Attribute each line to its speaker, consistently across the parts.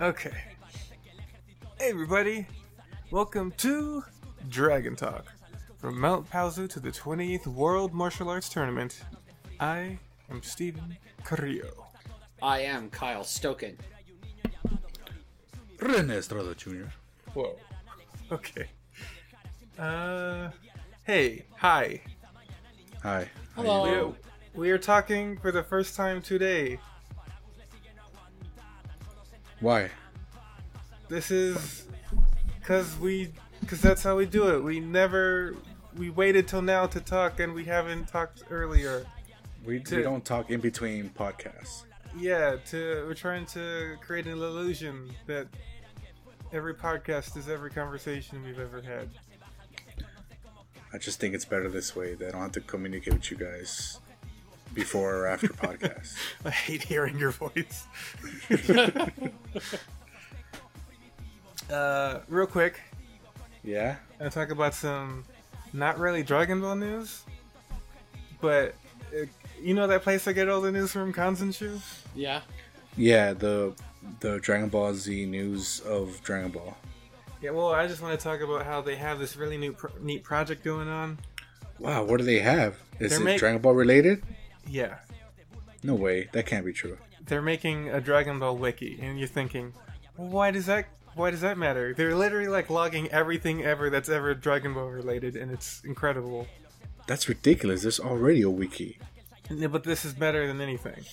Speaker 1: Okay. Hey, everybody. Welcome to Dragon Talk. From Mount Palzu to the 28th World Martial Arts Tournament, I am Stephen Carrillo.
Speaker 2: I am Kyle Stoken.
Speaker 3: René Estrada Jr.
Speaker 1: Whoa. Okay. Uh, hey, hi.
Speaker 3: Hi. How
Speaker 2: Hello.
Speaker 3: you doing?
Speaker 1: We- We are talking for the first time today.
Speaker 3: Why?
Speaker 1: This is because we, because that's how we do it. We never, we waited till now to talk, and we haven't talked earlier.
Speaker 3: We,
Speaker 1: To-
Speaker 3: we don't talk in between podcasts.
Speaker 1: Yeah, to we're trying to create an illusion that every podcast is every conversation we've ever had.
Speaker 3: I just think it's better this way. That I don't have to communicate with you guys before or after podcasts.
Speaker 1: I hate hearing your voice. uh, real quick,
Speaker 3: Yeah?
Speaker 1: I'm gonna talk about some not really Dragon Ball news, but uh, you know that place I get all the news from, Kanzenshu?
Speaker 2: Yeah.
Speaker 3: Yeah, the the Dragon Ball Z news of Dragon Ball.
Speaker 1: Yeah, well, I just want to talk about how they have this really new pro- neat project going on.
Speaker 3: Wow, what do they have? Is
Speaker 1: They're
Speaker 3: it
Speaker 1: make-
Speaker 3: Dragon Ball related?
Speaker 1: Yeah,
Speaker 3: No way. That can't be true.
Speaker 1: they're making a Dragon Ball wiki, and you're thinking, well, why does that? Why does that matter? They're literally like logging everything ever that's ever Dragon Ball related, and it's incredible.
Speaker 3: That's ridiculous. There's already a wiki.
Speaker 1: Yeah, But this is better than anything.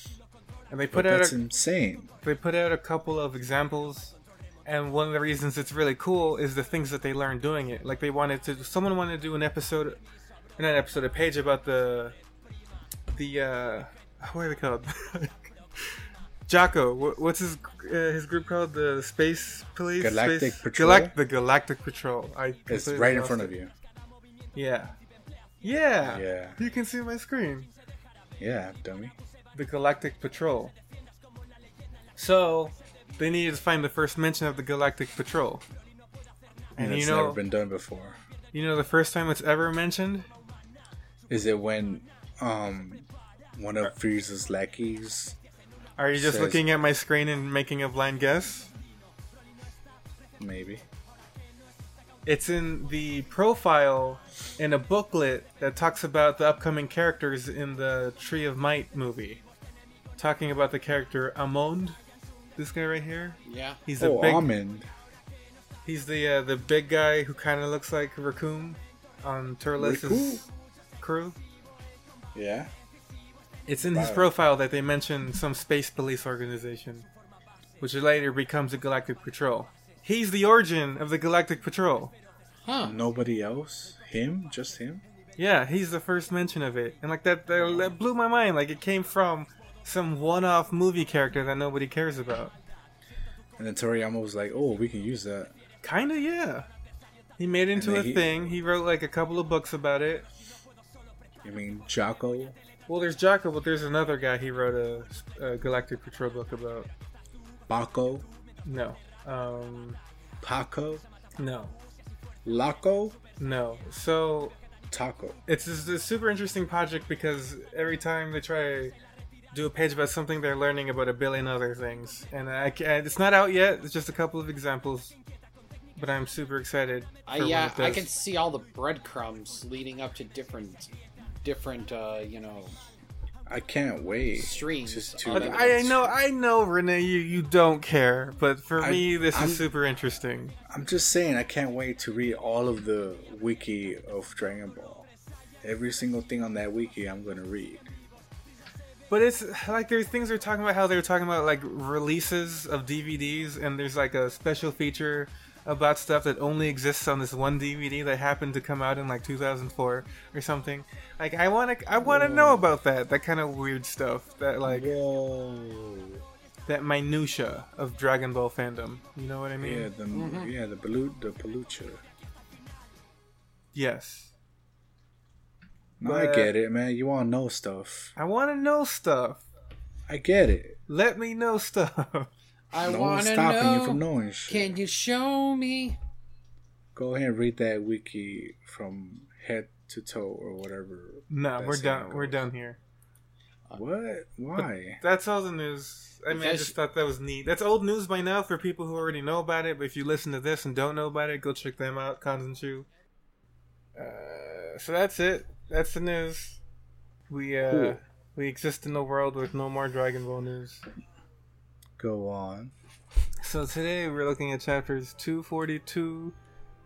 Speaker 1: And they
Speaker 3: But
Speaker 1: put out
Speaker 3: that's
Speaker 1: a,
Speaker 3: insane.
Speaker 1: they put out a couple of examples, and one of the reasons it's really cool is the things that they learned doing it. Like they wanted to, someone wanted to do an episode, not an episode, a page about the the uh, what are they called? Jocko, wha- what's his uh, his group called? The Space Police,
Speaker 3: Galactic
Speaker 1: Space-
Speaker 3: Patrol?
Speaker 1: Galact- the Galactic Patrol. I
Speaker 3: It's
Speaker 1: completely
Speaker 3: right in
Speaker 1: lost
Speaker 3: front
Speaker 1: it.
Speaker 3: of you.
Speaker 1: Yeah, yeah,
Speaker 3: Yeah.
Speaker 1: You can see my screen.
Speaker 3: Yeah, dummy.
Speaker 1: the Galactic Patrol. So they needed to find the first mention of the Galactic Patrol. And
Speaker 3: And it's
Speaker 1: you know,
Speaker 3: never been done before.
Speaker 1: you know the first time it's ever mentioned.
Speaker 3: Is it when um one of Frieza's lackeys?
Speaker 1: Are you just
Speaker 3: Says-
Speaker 1: looking at my screen and making a blind guess?
Speaker 3: Maybe.
Speaker 1: It's in the profile in a booklet that talks about the upcoming characters in the Tree of Might movie. Talking about the character Amond, this guy right here.
Speaker 2: Yeah.
Speaker 1: He's a
Speaker 3: oh,
Speaker 1: big
Speaker 3: almond.
Speaker 1: He's the uh, the big guy who kind of looks like Raccoon on Turles'
Speaker 3: Raccoon?
Speaker 1: crew.
Speaker 3: Yeah.
Speaker 1: It's in his
Speaker 3: Wow.
Speaker 1: profile that they mention some space police organization, which later becomes the Galactic Patrol. He's the origin of the Galactic Patrol.
Speaker 2: Huh.
Speaker 3: Nobody else. Him. Just him.
Speaker 1: Yeah, he's the first mention of it, and like that, that, that blew my mind. Like it came from some one-off movie character that nobody cares about.
Speaker 3: And then Toriyama was like, "Oh, we can use that."
Speaker 1: Kinda, yeah. He made it into
Speaker 3: then
Speaker 1: a
Speaker 3: he-
Speaker 1: thing. He wrote like a couple of books about it.
Speaker 3: I mean, Jocko.
Speaker 1: Well, there's Jocko, but there's another guy he wrote a, a Galactic Patrol book about.
Speaker 3: Baco.
Speaker 1: No. Um,
Speaker 3: Paco.
Speaker 1: no.
Speaker 3: Laco.
Speaker 1: No. So
Speaker 3: Taco.
Speaker 1: it's just a super interesting project because every time they try to do a page about something, they're learning about a billion other things. And I can it's not out yet, it's just a couple of examples. But I'm super excited.
Speaker 2: I,
Speaker 1: for when
Speaker 2: yeah,
Speaker 1: it
Speaker 2: I
Speaker 1: does.
Speaker 2: can see all the breadcrumbs leading up to different, different, uh, you know,
Speaker 3: I can't wait.
Speaker 2: Streams.
Speaker 3: Just to.
Speaker 2: But
Speaker 1: Look, I, I know, I know, Renee, you, you don't care, but for
Speaker 3: I-
Speaker 1: me, this
Speaker 3: I'm-
Speaker 1: is super interesting.
Speaker 3: I'm just saying, I can't wait to read all of the wiki of Dragon Ball. Every single thing on that wiki, I'm gonna read.
Speaker 1: But it's like there's things they're talking about how they're talking about like releases of DVDs, and there's like a special feature about stuff that only exists on this one DVD that happened to come out in like 2004 or something. Like I want to, I want to know about that, that kind of weird stuff, that like
Speaker 3: Whoa.
Speaker 1: that minutia of Dragon Ball fandom. You know what I mean?
Speaker 3: Yeah, the yeah the balut the palucha.
Speaker 1: Yes,
Speaker 3: No, I
Speaker 1: But-
Speaker 3: get it, man. You want to know stuff.
Speaker 1: I want to know stuff.
Speaker 3: I get it.
Speaker 1: Let me know stuff.
Speaker 2: I
Speaker 3: no
Speaker 2: want
Speaker 3: one's
Speaker 2: to
Speaker 3: stopping
Speaker 2: know.
Speaker 3: you from knowing shit.
Speaker 2: Can you show me?
Speaker 3: Go ahead and read that wiki from head to toe or whatever.
Speaker 1: no,
Speaker 3: that
Speaker 1: we're
Speaker 3: saying
Speaker 1: done.
Speaker 3: goes.
Speaker 1: We're done here.
Speaker 3: What? Why?
Speaker 1: That's all the news. I mean, I
Speaker 2: Because-
Speaker 1: just thought that was neat. That's old news by now for people who already know about it. But if you listen to this and don't know about it, go check them out, Cons and Chew. Uh, so that's it. That's the news. We uh,
Speaker 3: Cool.
Speaker 1: we exist in a world with no more Dragon Ball news.
Speaker 3: Go on.
Speaker 1: So today we're looking at chapters two forty two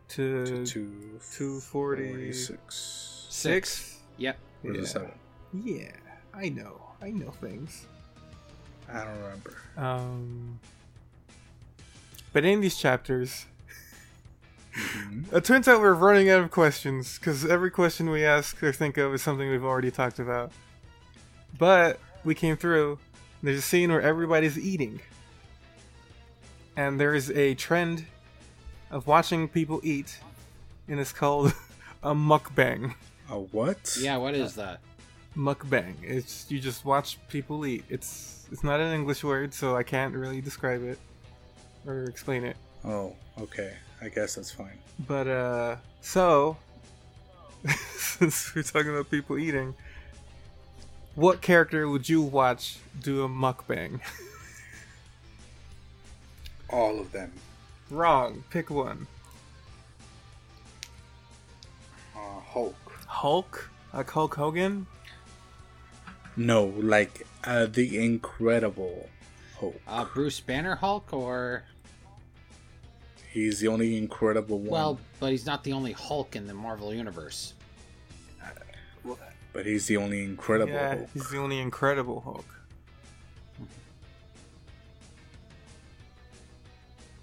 Speaker 1: to
Speaker 3: Two
Speaker 1: two forty six.
Speaker 3: six.
Speaker 2: Yep.
Speaker 3: Or is it
Speaker 1: Yeah.
Speaker 3: seven?
Speaker 1: yeah, I know. I know things.
Speaker 3: I don't remember.
Speaker 1: Um, but in these chapters,
Speaker 3: Mhm.
Speaker 1: it turns out we're running out of questions because every question we ask or think of is something we've already talked about. But we came through. There's a scene where everybody's eating, and there is a trend of watching people eat, and it's called a mukbang.
Speaker 3: A what?
Speaker 2: Yeah. What is that?
Speaker 1: Mukbang. It's you just watch people eat. It's it's not an English word, so I can't really describe it or explain it.
Speaker 3: Oh, okay. I guess that's fine.
Speaker 1: But uh so since we're talking about people eating, what character would you watch do a mukbang?
Speaker 3: All of them.
Speaker 1: Wrong. Pick one.
Speaker 3: Uh, Hulk.
Speaker 1: Hulk? Like Hulk Hogan?
Speaker 3: No, like uh, the Incredible Hulk.
Speaker 2: Uh, Bruce Banner Hulk or
Speaker 3: He's the only Incredible one,
Speaker 2: well, but he's not the only Hulk in the Marvel universe.
Speaker 3: but he's the only Incredible
Speaker 1: yeah,
Speaker 3: Hulk.
Speaker 1: he's the only incredible Hulk.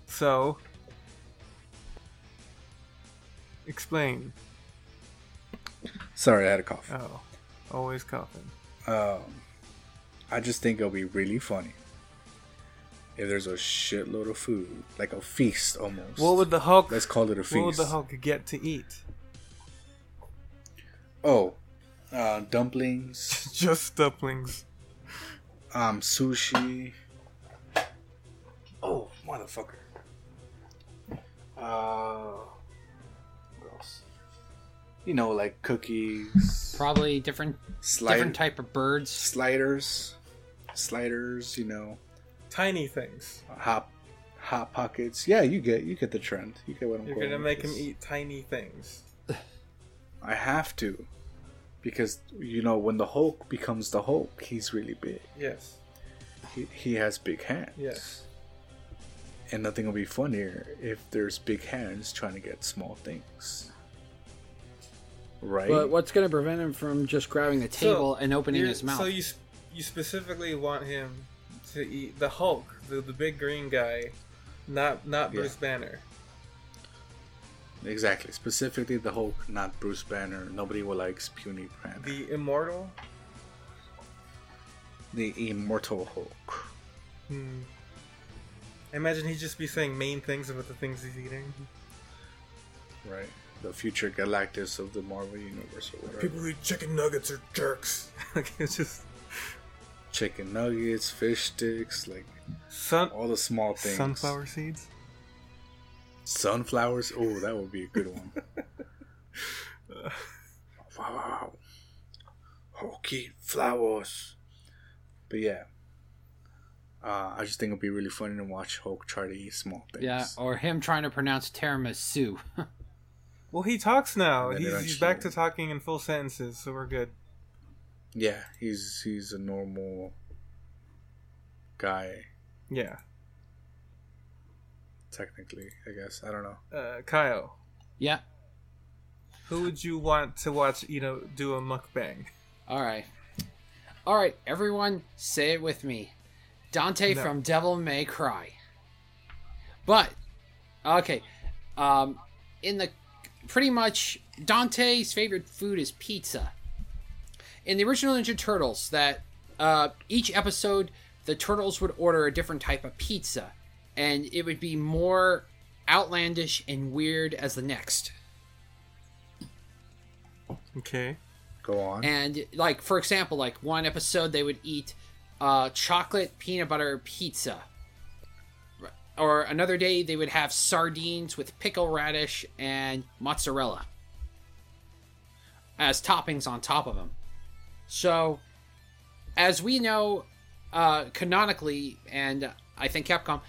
Speaker 1: So explain.
Speaker 3: Sorry, I had a cough.
Speaker 1: Oh. Always coughing.
Speaker 3: Um, I just think it'll be really funny if there's a shitload of food, like a feast almost.
Speaker 1: What would the Hulk
Speaker 3: Let's call it a feast.
Speaker 1: what would the Hulk get to eat?
Speaker 3: Oh, uh, dumplings,
Speaker 1: Just dumplings.
Speaker 3: um, sushi. Oh, motherfucker. Uh, what else? You know, like cookies,
Speaker 2: Probably different
Speaker 3: slider,
Speaker 2: different type of birds.
Speaker 3: sliders, sliders. You know,
Speaker 1: Tiny things.
Speaker 3: hot, hot pockets. Yeah, you get you get the trend. You get what I'm
Speaker 1: You're
Speaker 3: going
Speaker 1: gonna
Speaker 3: with
Speaker 1: make him
Speaker 3: this.
Speaker 1: eat tiny things.
Speaker 3: I have to, because you know when the Hulk becomes the Hulk, he's really big.
Speaker 1: Yes.
Speaker 3: He, he has big hands.
Speaker 1: Yes.
Speaker 3: And nothing will be funnier if there's big hands trying to get small things. Right?
Speaker 2: But what's going to prevent him from just grabbing the table and opening
Speaker 1: You're-
Speaker 2: his mouth?
Speaker 1: So you s- you specifically want him to eat the Hulk, the, the big green guy, not not
Speaker 3: Yeah.
Speaker 1: Bruce Banner.
Speaker 3: Exactly. Specifically the Hulk, not Bruce Banner. Nobody will likes puny Banner. The,
Speaker 1: The immortal.
Speaker 3: immortal Hulk.
Speaker 1: Hmm. I imagine he'd just be saying main things about the things he's eating.
Speaker 3: Right. The future Galactus of the Marvel Universe or whatever.
Speaker 1: People who eat chicken nuggets are jerks. like it's just
Speaker 3: Chicken nuggets, fish sticks, like
Speaker 1: sun
Speaker 3: all the small things.
Speaker 1: sunflower seeds.
Speaker 3: Sunflowers. Oh, that would be a good one. wow. Hokey flowers. But yeah. Uh, I just think it'll be really funny to watch Hulk try to eat small things.
Speaker 2: yeah, oh. or him trying to pronounce tiramisu.
Speaker 1: Well, he talks now.
Speaker 3: And then they
Speaker 1: He's,
Speaker 3: don't
Speaker 1: he's back
Speaker 3: show.
Speaker 1: to talking in full sentences, so we're good.
Speaker 3: Yeah, he's he's a normal guy,
Speaker 1: Yeah.
Speaker 3: technically, I guess. I don't know.
Speaker 1: Uh, Kyle,
Speaker 2: yeah.
Speaker 1: who would you want to watch, you know, do a mukbang?
Speaker 2: All right. All right, everyone, say it with me. Dante
Speaker 1: No.
Speaker 2: from Devil May Cry. But okay, um in the pretty much Dante's favorite food is pizza. In the original Ninja Turtles that uh each episode the turtles would order a different type of pizza and it would be more outlandish and weird as the next.
Speaker 1: Okay.
Speaker 3: Go on.
Speaker 2: And like for example, like one episode they would eat uh, chocolate peanut butter pizza, or another day they would have sardines with pickle radish and mozzarella as toppings on top of them. So as we know, uh, canonically, and uh, I think Capcom,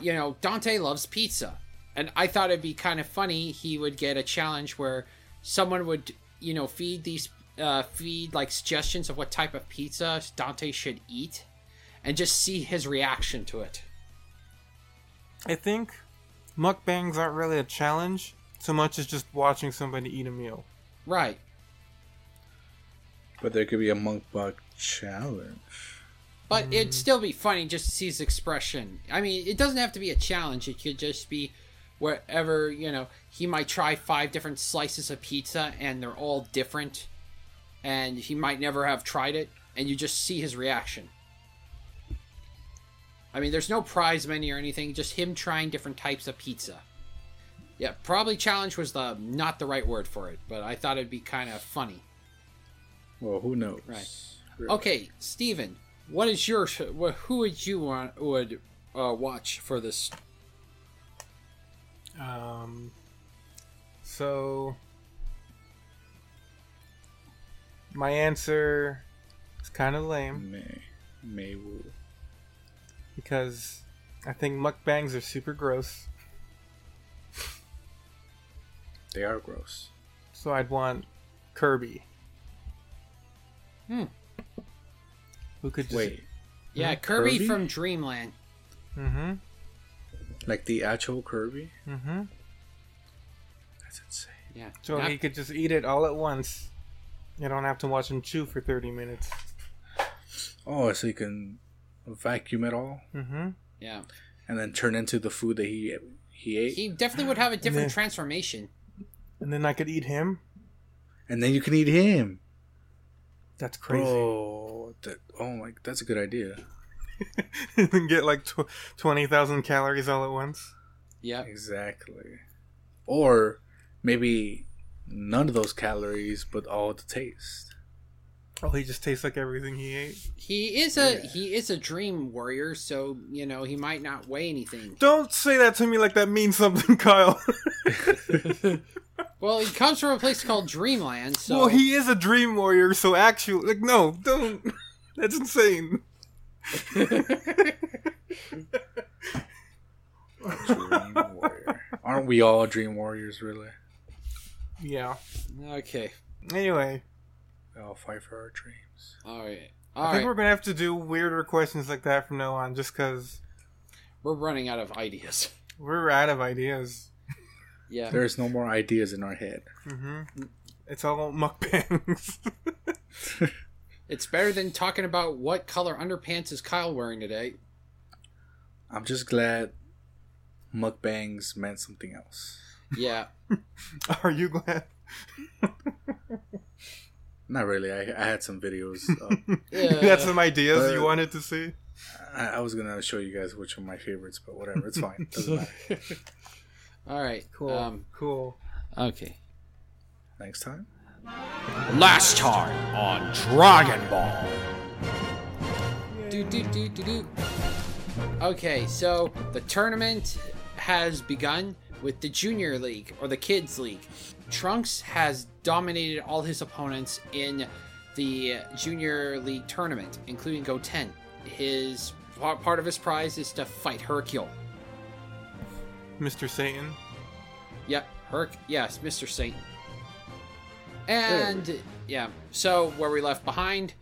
Speaker 2: you know, Dante loves pizza, and I thought it'd be kind of funny he would get a challenge where someone would, you know, feed these uh, feed like suggestions of what type of pizza Dante should eat, and just see his reaction to it.
Speaker 1: I think mukbangs aren't really a challenge so much as just watching somebody eat a meal.
Speaker 2: Right.
Speaker 3: But there could be a monk bug challenge.
Speaker 2: But it'd still be funny just to see his expression. I mean, it doesn't have to be a challenge. It could just be wherever, you know, he might try five different slices of pizza and they're all different. And he might never have tried it. And you just see his reaction. I mean, there's no prize menu or anything, just him trying different types of pizza. Yeah, probably challenge was the not the right word for it, but I thought it'd be kind of funny.
Speaker 3: Well, who knows?
Speaker 2: Right. Okay, Steven, what is your wh- who would you want would uh, watch for this?
Speaker 1: Um, so my answer is kind of lame
Speaker 3: May. May Wu.
Speaker 1: because I think mukbangs are super gross.
Speaker 3: They are gross.
Speaker 1: So I'd want Kirby.
Speaker 2: Hmm.
Speaker 1: Who could just,
Speaker 3: Wait,
Speaker 2: Yeah, Kirby,
Speaker 3: Kirby?
Speaker 2: from Dreamland.
Speaker 1: Mm-hmm.
Speaker 3: like the actual Kirby?
Speaker 1: Mm-hmm.
Speaker 3: That's insane.
Speaker 2: Yeah.
Speaker 1: So
Speaker 2: Not-
Speaker 1: he could just eat it all at once. You don't have to watch him chew for thirty minutes.
Speaker 3: Oh, so you can vacuum it all
Speaker 1: Mm-hmm.
Speaker 2: yeah.
Speaker 3: and then turn into the food that he he ate,
Speaker 2: He definitely would have a different
Speaker 1: then-
Speaker 2: transformation.
Speaker 1: And then I could eat him.
Speaker 3: and then you can eat him.
Speaker 1: That's crazy.
Speaker 3: Bro, that oh my, that's a good idea.
Speaker 1: and then get like tw- twenty thousand calories all at once.
Speaker 2: Yeah.
Speaker 3: Exactly. Or maybe none of those calories, but all the taste.
Speaker 1: Oh, he just tastes like everything he ate.
Speaker 2: He is a
Speaker 3: Yeah.
Speaker 2: he is a dream warrior, so you know he might not weigh anything.
Speaker 1: Don't say that to me like that means something, Kyle.
Speaker 2: Well, he comes from a place called Dreamland, so
Speaker 1: Well, he is a dream warrior, so actually, like, no, don't. That's insane.
Speaker 3: Dream warrior. Aren't we all dream warriors, really?
Speaker 1: Yeah.
Speaker 2: okay.
Speaker 1: Anyway,
Speaker 3: We all fight for our dreams.
Speaker 2: All right.
Speaker 1: I
Speaker 2: All
Speaker 1: think
Speaker 2: right.
Speaker 1: we're
Speaker 2: We're...
Speaker 1: gonna have to do weirder questions like that from now on, just because
Speaker 2: running out of ideas.
Speaker 1: we're out of ideas.
Speaker 2: Yeah.
Speaker 3: There's no more ideas in our head.
Speaker 1: hmm It's all mukbangs.
Speaker 2: It's better than talking about what color underpants is Kyle wearing today.
Speaker 3: I'm just glad mukbangs meant something else.
Speaker 2: Yeah.
Speaker 1: Are you glad?
Speaker 3: Not really. I, I had some videos. up.
Speaker 2: Yeah.
Speaker 1: That's some ideas you
Speaker 3: Uh,
Speaker 1: wanted to see.
Speaker 3: I, I was gonna show you guys which are my favorites, but whatever. It's fine. Doesn't matter.
Speaker 2: All right.
Speaker 1: Cool.
Speaker 2: Um,
Speaker 1: cool.
Speaker 2: okay.
Speaker 3: Next time.
Speaker 4: Last time on Dragon Ball.
Speaker 2: Do, do, do, do, do. Okay, so the tournament has begun with the Junior League or the Kids League. Trunks has dominated all his opponents in the Junior League tournament, including Goten. His part part of his prize is to fight Hercule.
Speaker 1: Mr. Satan.
Speaker 2: Yep, Herc. Yes, Mr. Satan. And yeah, so where we left behind,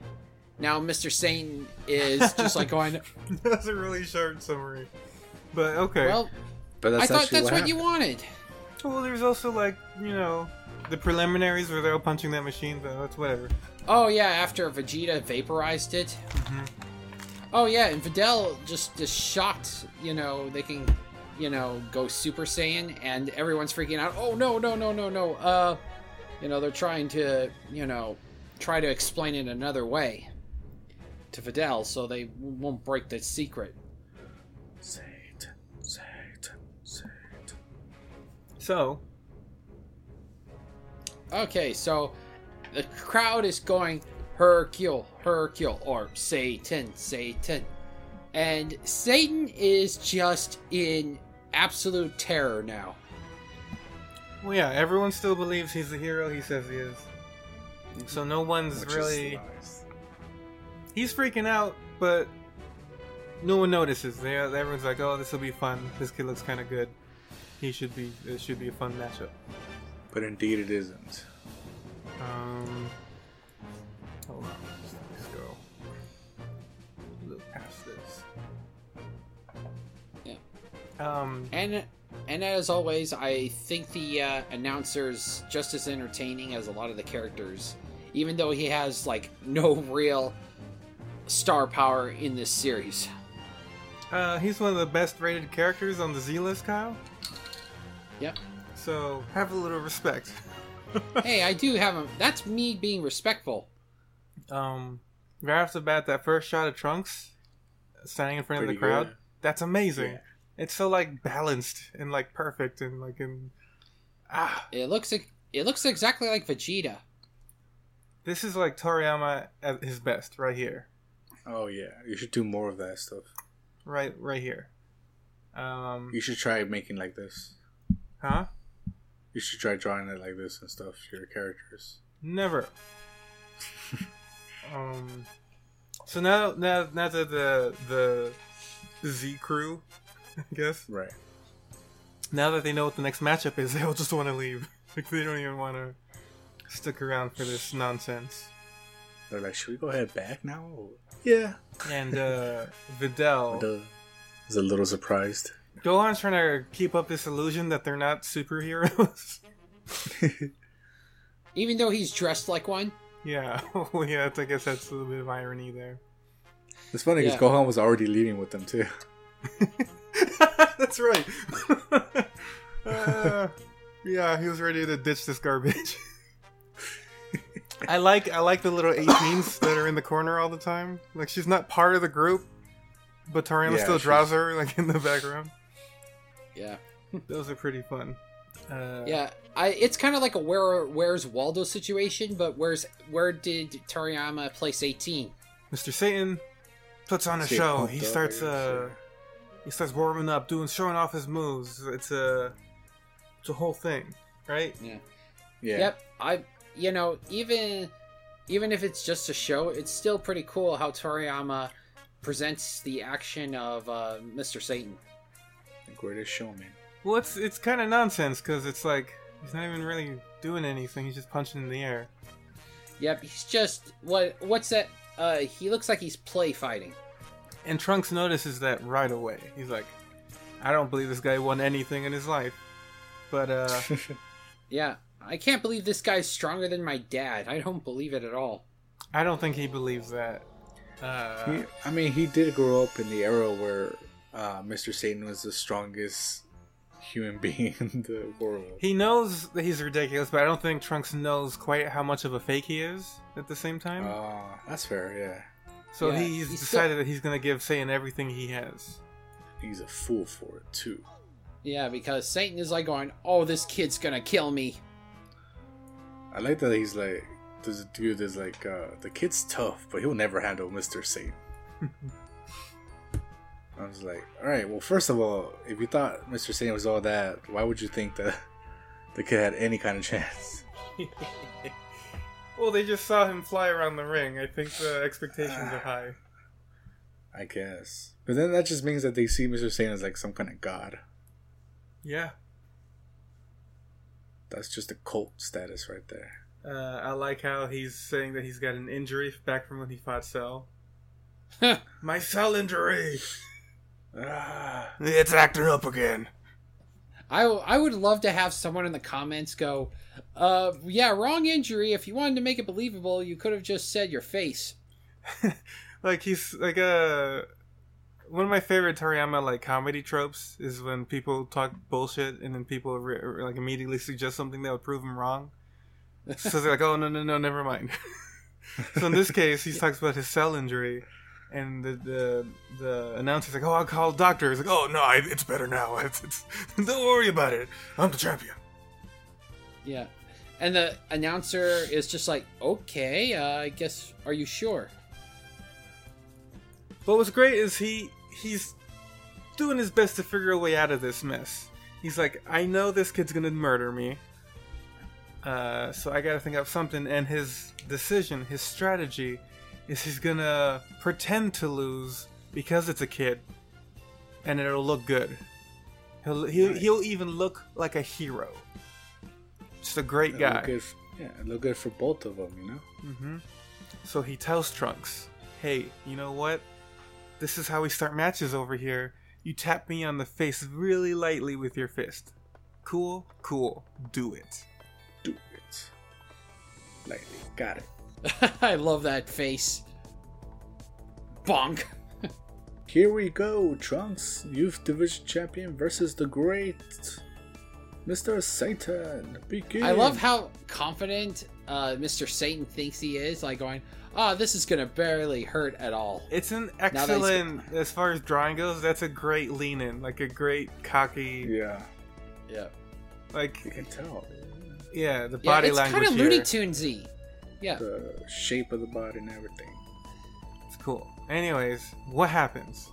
Speaker 2: now Mr. Satan is just like going,
Speaker 1: That's a really short summary. But okay. Well,
Speaker 2: well,
Speaker 3: But that's
Speaker 2: I thought
Speaker 3: actually
Speaker 2: that's what, you
Speaker 3: happened.
Speaker 2: wanted.
Speaker 1: there's also like, you know, the preliminaries where they're all punching that machine, but that's whatever.
Speaker 2: Oh yeah, after Vegeta vaporized it. Oh yeah, and Videl just is shocked. You know they can, you know, go Super Saiyan, and everyone's freaking out. Oh no, no, no, no, no. Uh, you know they're trying to, you know, try to explain it another way to Videl, so they w- won't break the secret.
Speaker 3: Satan, Satan, Satan.
Speaker 1: So,
Speaker 2: Okay, so the crowd is going Hercule, Hercule, or Satan, Satan. And Satan is just in absolute terror now.
Speaker 1: well, yeah, everyone still believes he's the hero he says he is. So no one's
Speaker 3: Which is
Speaker 1: really
Speaker 3: nice.
Speaker 1: he's freaking out, but no one notices. They, everyone's like, "Oh, this will be fun. This kid looks kind of good. He should be. It should be a fun matchup."
Speaker 3: But indeed, it isn't.
Speaker 1: Um, hold on. Let's, let's go. Look past this.
Speaker 2: Yeah.
Speaker 1: Um,
Speaker 2: And and as always, I think the uh, announcer's just as entertaining as a lot of the characters, even though he has like no real star power in this series.
Speaker 1: uh, he's one of the best rated characters on the Z list, Kyle.
Speaker 2: Yep.
Speaker 1: So have a little respect.
Speaker 2: hey, I do have him. That's me being respectful.
Speaker 1: Um, right off the bat, that first shot of Trunks uh, standing in front of
Speaker 3: Pretty
Speaker 1: the crowd,
Speaker 3: good.
Speaker 1: that's amazing.
Speaker 3: Yeah.
Speaker 1: It's so like balanced and like perfect and like in ah,
Speaker 2: It looks ex- it looks exactly like Vegeta.
Speaker 1: this is like Toriyama at his best right here,
Speaker 3: Oh yeah, you should do more of that stuff.
Speaker 1: right, right here. Um,
Speaker 3: You should try making like this.
Speaker 1: huh?
Speaker 3: You should try drawing it like this and stuff. Your characters.
Speaker 1: Never. um, so now, now, now that the the Z crew, I guess,
Speaker 3: Right.
Speaker 1: now that they know what the next matchup is, they'll just want to leave. Like they don't even want to stick around for this nonsense.
Speaker 3: They're like, should we go ahead back now? Yeah.
Speaker 1: And uh Videl,
Speaker 3: Duh. I was a little surprised.
Speaker 1: Gohan's trying to keep up this illusion that they're not superheroes.
Speaker 2: Even though he's dressed like one,
Speaker 1: yeah, well, yeah, that's- I guess that's a little bit of irony there.
Speaker 3: It's funny because
Speaker 2: Yeah.
Speaker 3: Gohan was already leading with them too.
Speaker 1: that's right. Uh, yeah, he was ready to ditch this garbage. I like I like the little 18s that are in the corner all the time. Like she's not part of the group, but Toriyama
Speaker 3: Yeah,
Speaker 1: still
Speaker 3: she's-
Speaker 1: draws her like in the background.
Speaker 2: yeah,
Speaker 1: Those are pretty fun. Uh,
Speaker 2: yeah. I it's kind of like a where where's Waldo situation, but where's where did Toriyama place eighteen?
Speaker 1: Mr. Satan puts on a
Speaker 3: Shit,
Speaker 1: show.
Speaker 3: pumped
Speaker 1: He
Speaker 3: up,
Speaker 1: starts
Speaker 3: I guess,
Speaker 1: uh he starts warming up, doing showing off his moves. It's a it's a whole thing, right?
Speaker 3: yeah.
Speaker 2: Yep. I you know, even even if it's just a show, it's still pretty cool how Toriyama presents the action of uh, Mr. Satan.
Speaker 3: The greatest showman.
Speaker 1: Well, it's it's kind of nonsense because it's like he's not even really doing anything. He's just punching in the air.
Speaker 2: Yep, he's just what what's that uh he looks like he's play fighting.
Speaker 1: And Trunks notices that right away. He's like, I don't believe this guy won anything in his life. But uh
Speaker 2: Yeah. I can't believe this guy's stronger than my dad. I don't believe it at all.
Speaker 1: I don't think he believes that. Uh,
Speaker 3: He- I mean, he did grow up in the era where uh, Mr. Satan was the strongest human being in the world.
Speaker 1: He knows that he's ridiculous, but I don't think Trunks knows quite how much of a fake he is at the same time.
Speaker 3: Ah, that's fair. Yeah,
Speaker 1: so
Speaker 2: yeah,
Speaker 1: Uh, he's,
Speaker 2: he's still-
Speaker 1: decided that he's going to give Satan everything he has.
Speaker 3: he's a fool for it too.
Speaker 2: Yeah, because Satan is like going, "Oh, this kid's gonna kill me."
Speaker 3: I like that he's like this dude is like uh, the kid's tough, but he'll never handle Mr. Satan. I was like, all right, well, first of all, if you thought Mr. Satan was all that, why would you think that the kid had any kind of chance?
Speaker 1: Well, they just saw him fly around the ring. I think the expectations are high.
Speaker 3: I guess, but then that just means that they see Mr. Satan as like some kind of god.
Speaker 1: Yeah.
Speaker 3: That's just a cult status right there.
Speaker 1: Uh, I like how he's saying that he's got an injury back from when he fought Cell. My cell injury!
Speaker 3: Ah,
Speaker 1: It's acting up again.
Speaker 2: I, I would love to have someone in the comments go, uh, yeah, wrong injury. If you wanted to make it believable, you could have just said your face.
Speaker 1: like he's like uh one of my favorite Toriyama like comedy tropes is when people talk bullshit and then people re- re- like immediately suggest something that would prove him wrong. So they're like, "Oh no no no, never mind." so in this case, he talks about his cell injury, and the the, the announcer's like, "Oh, I'll call a doctor." He's like, "Oh no, I, it's better now. It's, it's, don't worry about it. I'm the champion."
Speaker 2: Yeah. And the announcer is just like, okay, uh, I guess, are you sure?
Speaker 1: But what's great is he he's doing his best to figure a way out of this mess. He's like, I know this kid's gonna murder me, uh, so I gotta think of something. And his decision, his strategy, is he's gonna pretend to lose because it's a kid, and it'll look good. He'll he'll,
Speaker 3: Nice.
Speaker 1: he'll even look like a hero. Just a great
Speaker 3: It'll look
Speaker 1: guy.
Speaker 3: good f- yeah, it'll look good for both of them, you know?
Speaker 1: hmm So he tells Trunks, "Hey, you know what? This is how we start matches over here. You tap me on the face really lightly with your fist. Cool, cool. Do it."
Speaker 3: Do it. Lightly. Got it.
Speaker 2: I love that face. Bonk.
Speaker 3: Here we go, Trunks, Youth Division Champion versus the great Mr. Satan. Begin.
Speaker 2: I love how confident uh, Mr. Satan thinks he is. Like going, oh, this is gonna barely hurt at all.
Speaker 1: It's an
Speaker 2: he's-
Speaker 1: excellent, as far as drawing goes. That's a great lean in, like a great cocky,
Speaker 3: Yeah,
Speaker 2: Yeah.
Speaker 3: you
Speaker 1: like
Speaker 3: can tell.
Speaker 1: yeah, the
Speaker 2: Yeah,
Speaker 1: body
Speaker 2: it's
Speaker 1: language
Speaker 2: kind of
Speaker 1: here.
Speaker 2: Looney Tunesy. Yeah.
Speaker 3: The shape of the body and everything.
Speaker 1: It's cool. Anyways, what happens?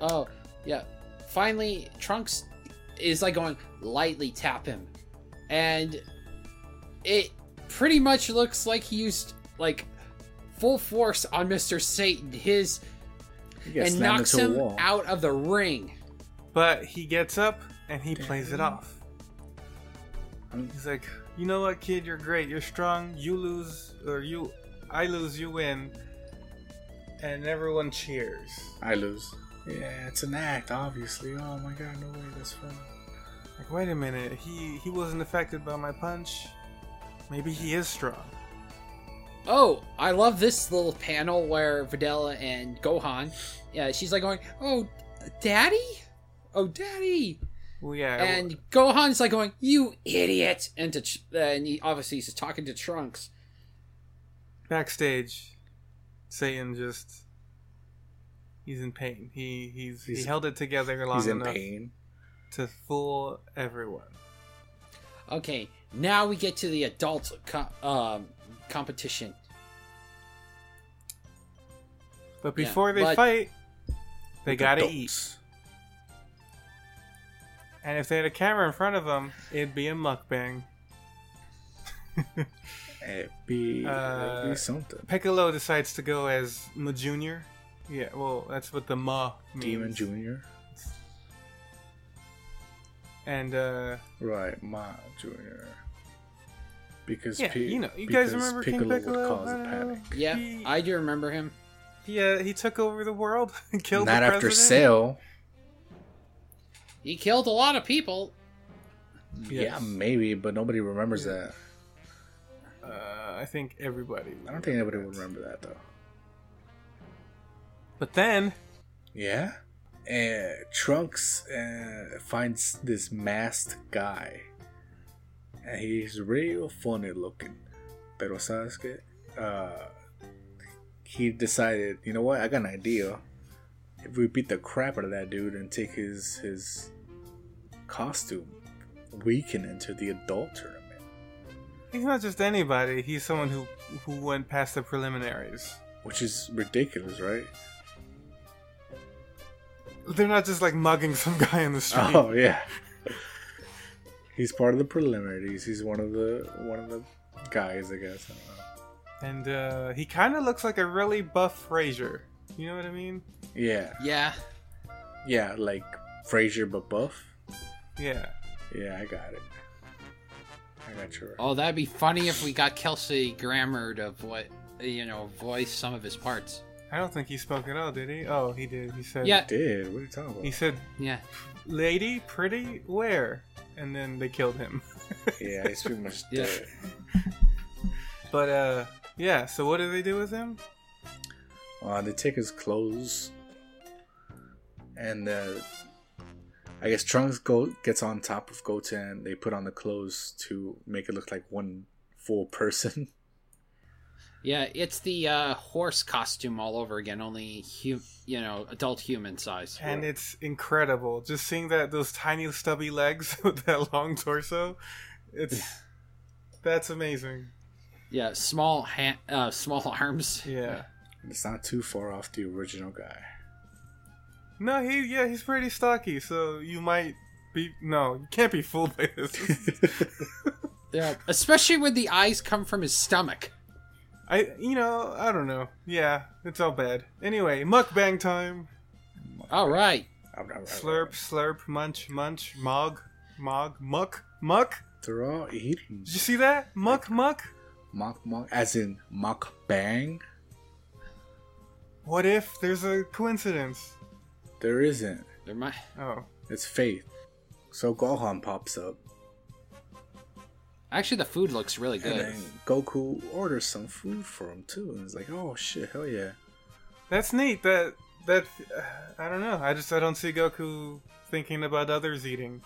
Speaker 2: Oh, yeah. Finally, Trunks is like going lightly tap him, and it pretty much looks like he used like full force on Mr. Satan. His
Speaker 3: He gets
Speaker 2: and
Speaker 3: slammed
Speaker 2: knocks
Speaker 3: into a
Speaker 2: him
Speaker 3: wall.
Speaker 2: out of the ring.
Speaker 1: But he gets up and he plays it
Speaker 3: Damn.
Speaker 1: off.
Speaker 3: I'm-
Speaker 1: He's like, you know what, kid, you're great. You're strong. You lose, or you, I lose, you win. And everyone cheers.
Speaker 3: I lose. Yeah, it's an act, obviously. Oh my god, no way, that's fun.
Speaker 1: Like, wait a minute. He he wasn't affected by my punch. Maybe he is strong.
Speaker 2: Oh, I love this little panel where Videla and Gohan, yeah, she's like going, "Oh, daddy, oh, daddy,"
Speaker 1: Well, yeah.
Speaker 2: and Gohan's like going, "You idiot!" And to Tr- and he obviously he's talking to Trunks.
Speaker 1: backstage, Satan just he's in pain. He he's, he
Speaker 3: He's-
Speaker 1: held it together long
Speaker 3: He's in
Speaker 1: enough
Speaker 3: pain.
Speaker 1: to fool everyone.
Speaker 2: Okay, now we get to the adult co- um, competition.
Speaker 1: But
Speaker 2: Yeah,
Speaker 1: before they
Speaker 2: but-
Speaker 1: fight, they
Speaker 3: With
Speaker 1: gotta eat.
Speaker 3: adults.
Speaker 1: And if they had a camera in front of them, it'd be a mukbang.
Speaker 3: It'd Eh, be, it'd
Speaker 1: Uh,
Speaker 3: be something.
Speaker 1: Piccolo decides to go as Ma Junior. Yeah, well, that's what the Ma means.
Speaker 3: Demon Jr.
Speaker 1: And uh,
Speaker 3: Right, Ma Jr. Because
Speaker 1: yeah,
Speaker 3: Pi-
Speaker 1: you know, you guys
Speaker 3: because
Speaker 1: remember
Speaker 3: Piccolo
Speaker 1: King Piccolo?
Speaker 3: would cause a
Speaker 1: Uh,
Speaker 3: panic.
Speaker 2: Yeah,
Speaker 1: He,
Speaker 2: I do remember him.
Speaker 1: he, uh, he took over the world and killed
Speaker 3: Not
Speaker 1: the
Speaker 3: after
Speaker 1: president.
Speaker 3: Cell.
Speaker 2: He killed a lot of people.
Speaker 3: Yeah,
Speaker 1: Yes.
Speaker 3: maybe, but nobody remembers
Speaker 1: Yeah.
Speaker 3: that.
Speaker 1: Uh, I think everybody.
Speaker 3: I don't think anybody would remember that though.
Speaker 1: But then
Speaker 3: Yeah. And Trunks uh, finds this masked guy, and he's real funny looking. Pero sabes que, uh, he decided, you know what? I got an idea. If we beat the crap out of that dude and take his his costume, we can enter the adult tournament.
Speaker 1: he's not just anybody. He's someone who who went past the preliminaries.
Speaker 3: Which is ridiculous, right?
Speaker 1: They're not just like mugging some guy in the street.
Speaker 3: Oh yeah. he's part of the preliminaries. He's one of the one of the guys, I guess. I don't know.
Speaker 1: And uh, he kind of looks like a really buff Frasier. You know what I mean?
Speaker 3: Yeah,
Speaker 2: Yeah,
Speaker 3: yeah, like Frasier but buff.
Speaker 1: Yeah.
Speaker 3: Yeah, I got it. I got your.
Speaker 2: Oh, that'd be funny if we got Kelsey Grammer to what you know voice some of his parts.
Speaker 1: I don't think he spoke at all, did he? Oh, he did. He said.
Speaker 2: Yeah,
Speaker 3: Did what are you talking about?
Speaker 1: He said,
Speaker 2: yeah.
Speaker 1: "Lady, pretty, where?" And then they killed him.
Speaker 3: yeah, he's pretty much
Speaker 2: Yeah.
Speaker 3: dead.
Speaker 1: But uh, yeah. So what do they do with him?
Speaker 3: Uh, they take his clothes, and uh, I guess Trunks go gets on top of Goten. They put on the clothes to make it look like one full person.
Speaker 2: Yeah, it's the uh, horse costume all over again, only hu- you know, adult human size.
Speaker 1: And it's incredible. Just seeing that those tiny stubby legs with that long torso, it's that's amazing.
Speaker 2: Yeah, small ha- uh, small arms.
Speaker 1: Yeah.
Speaker 3: It's not too far off the original guy.
Speaker 1: No, he yeah, he's pretty stocky, so you might be no, you can't be fooled by this.
Speaker 2: Yeah, especially when the eyes come from his stomach.
Speaker 1: I, you know, I don't know. Yeah, it's all bad. Anyway, mukbang time.
Speaker 2: All right.
Speaker 1: Slurp, slurp, munch, munch, mog, mog, muck, muck.
Speaker 3: They're all eating.
Speaker 1: Did you see that? Muck, muck.
Speaker 3: Mock mock, as in mock bang.
Speaker 1: What if there's a coincidence?
Speaker 3: There isn't.
Speaker 2: There might.
Speaker 1: Oh,
Speaker 3: It's faith. So Gohan pops up,
Speaker 2: Actually, the food looks really
Speaker 3: and
Speaker 2: good.
Speaker 3: then Goku orders some food for him too, and it's like, oh shit, hell yeah.
Speaker 1: that's neat. That that uh, I don't know. I just I don't see Goku thinking about others eating.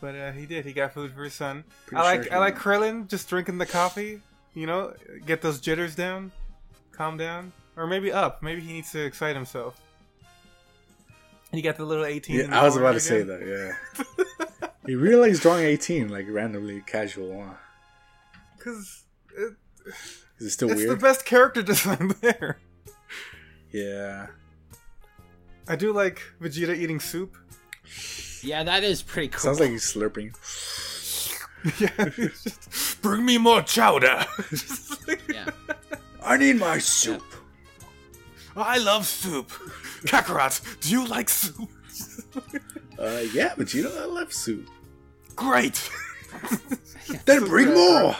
Speaker 1: But uh, he did. He got food for his son.
Speaker 3: Pretty
Speaker 1: I
Speaker 3: sure
Speaker 1: like
Speaker 3: he-
Speaker 1: I like Krillin just drinking the coffee. You know, get those jitters down, calm down, or maybe up. Maybe he needs to excite himself. And you got the little eighteen. in the
Speaker 3: Yeah, I was
Speaker 1: corner
Speaker 3: about to say
Speaker 1: again.
Speaker 3: that. Yeah. he really likes drawing 18, like randomly casual. Huh?
Speaker 1: Cause it,
Speaker 3: Is it still
Speaker 1: it's the
Speaker 3: weird?
Speaker 1: best character design there.
Speaker 3: yeah.
Speaker 1: I do like Vegeta eating soup.
Speaker 2: Yeah, that is pretty cool.
Speaker 3: Sounds like he's slurping.
Speaker 1: yeah, it's just, bring me more chowder. Just like,
Speaker 2: yeah.
Speaker 3: I need my soup.
Speaker 1: I love soup. Kakarot, do you like soup?
Speaker 3: Uh, yeah, but you don't love soup.
Speaker 1: Great.
Speaker 3: Then bring more.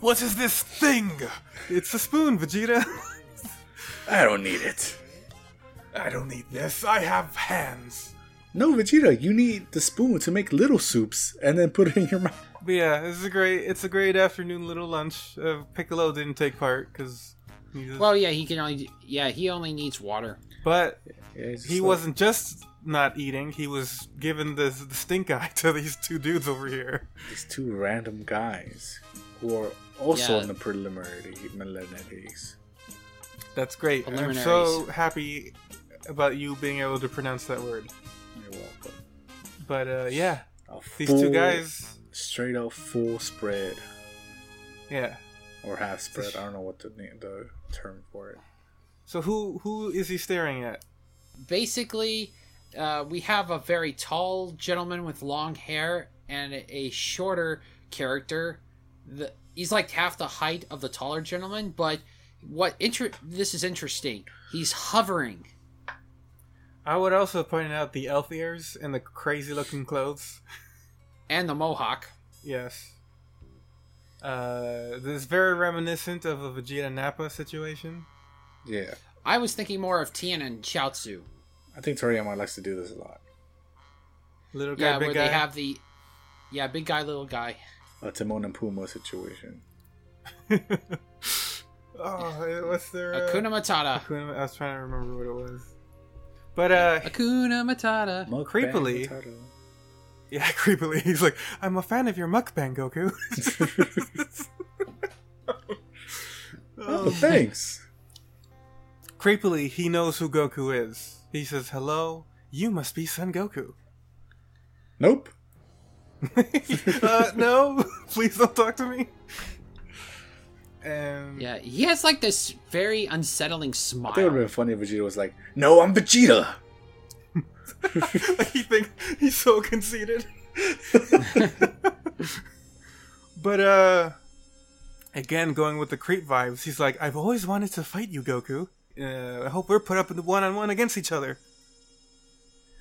Speaker 1: What is this thing? It's a spoon, Vegeta.
Speaker 3: I don't need it.
Speaker 1: I don't need this. I have hands.
Speaker 3: No, Vegeta, you need the spoon to make little soups and then put it in your mouth.
Speaker 1: But yeah, this is a great. It's a great afternoon little lunch. Uh, Piccolo didn't take part because.
Speaker 2: Well, yeah, he can only. Yeah, he only needs water.
Speaker 1: but
Speaker 3: Yeah, he's just
Speaker 1: he
Speaker 3: like-
Speaker 1: wasn't just not eating; he was giving the, the stink eye to these two dudes over here.
Speaker 3: These two random guys who are also
Speaker 2: Yeah.
Speaker 3: in the preliminary preliminaries.
Speaker 1: That's great. I'm
Speaker 2: Preliminaries.
Speaker 1: so happy about you being able to pronounce that word.
Speaker 3: You're welcome.
Speaker 1: But uh, yeah,
Speaker 3: A
Speaker 1: these
Speaker 3: full-
Speaker 1: two guys.
Speaker 3: straight out full spread
Speaker 1: Yeah.
Speaker 3: or half spread. I don't know what the na- the term for it.
Speaker 1: So who who is he staring at?
Speaker 2: Basically, uh, we have a very tall gentleman with long hair and a shorter character. The, he's like half the height of the taller gentleman, but what inter- this is interesting. He's hovering.
Speaker 1: I would also point out the elf ears and the crazy looking clothes.
Speaker 2: and the mohawk.
Speaker 1: Yes. Uh, this is very reminiscent of a Vegeta Nappa situation.
Speaker 3: Yeah,
Speaker 2: I was thinking more of Tien and Chiaotzu.
Speaker 3: I think Toriyama likes to do this a lot.
Speaker 1: Little guy,
Speaker 2: yeah,
Speaker 1: big
Speaker 2: where
Speaker 1: guy.
Speaker 2: they have the yeah, big guy, little guy.
Speaker 3: A Timon and Pumbaa situation.
Speaker 1: oh, it- what's their? Uh,
Speaker 2: Akuna Matata.
Speaker 1: Akuna- I was trying to remember what it was. But uh,
Speaker 2: Akuna Matata.
Speaker 3: Mukbang
Speaker 1: Creepily.
Speaker 3: potato.
Speaker 1: yeah, creepily, he's like, "I'm a fan of your mukbang, Goku."
Speaker 3: Oh, thanks.
Speaker 1: Creepily, he knows who Goku is. He says, "Hello, you must be Son Goku."
Speaker 3: Nope.
Speaker 1: uh, no, please don't talk to me. And
Speaker 2: Yeah, he has like this very unsettling smile.
Speaker 3: I think it would have been funny if Vegeta was like, "No, I'm Vegeta."
Speaker 1: he thinks he's so conceited. but uh, again, going with the creep vibes, he's like, "I've always wanted to fight you, Goku. Uh, I hope we're put up in the one-on-one against each other.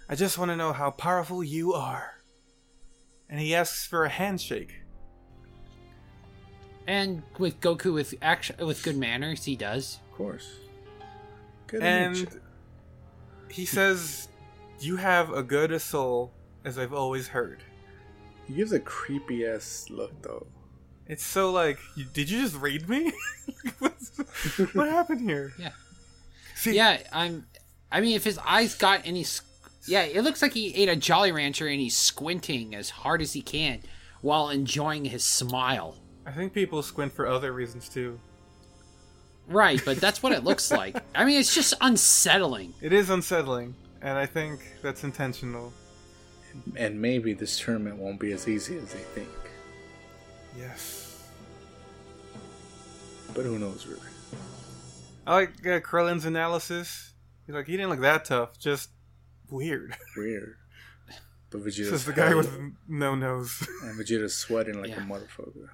Speaker 1: I just want to know how powerful you are." And he asks for a handshake.
Speaker 2: And with Goku with action with good manners, he does.
Speaker 3: Of course. Good
Speaker 1: and
Speaker 3: image.
Speaker 1: he says, "You have a good a soul as I've always heard."
Speaker 3: he gives a creepy ass look though.
Speaker 1: It's so like, you, did you just read me? What's- what happened here?
Speaker 2: Yeah.
Speaker 1: See,
Speaker 2: Yeah, I'm. I mean, if his eyes got any, s- yeah, it looks like he ate a Jolly Rancher and he's squinting as hard as he can while enjoying his smile.
Speaker 1: I think people squint for other reasons too.
Speaker 2: Right, but that's what it looks like. I mean, it's just unsettling.
Speaker 1: It is unsettling, and I think that's intentional.
Speaker 3: And maybe this tournament won't be as easy as they think.
Speaker 1: Yes.
Speaker 3: But who knows, really?
Speaker 1: I like uh, Krillin's analysis. He's like, he didn't look that tough, just weird.
Speaker 3: Weird. But
Speaker 1: This
Speaker 3: Vegeta's
Speaker 1: is the guy
Speaker 3: hella-
Speaker 1: with no nose.
Speaker 3: And Vegeta's sweating like
Speaker 2: Yeah.
Speaker 3: a motherfucker.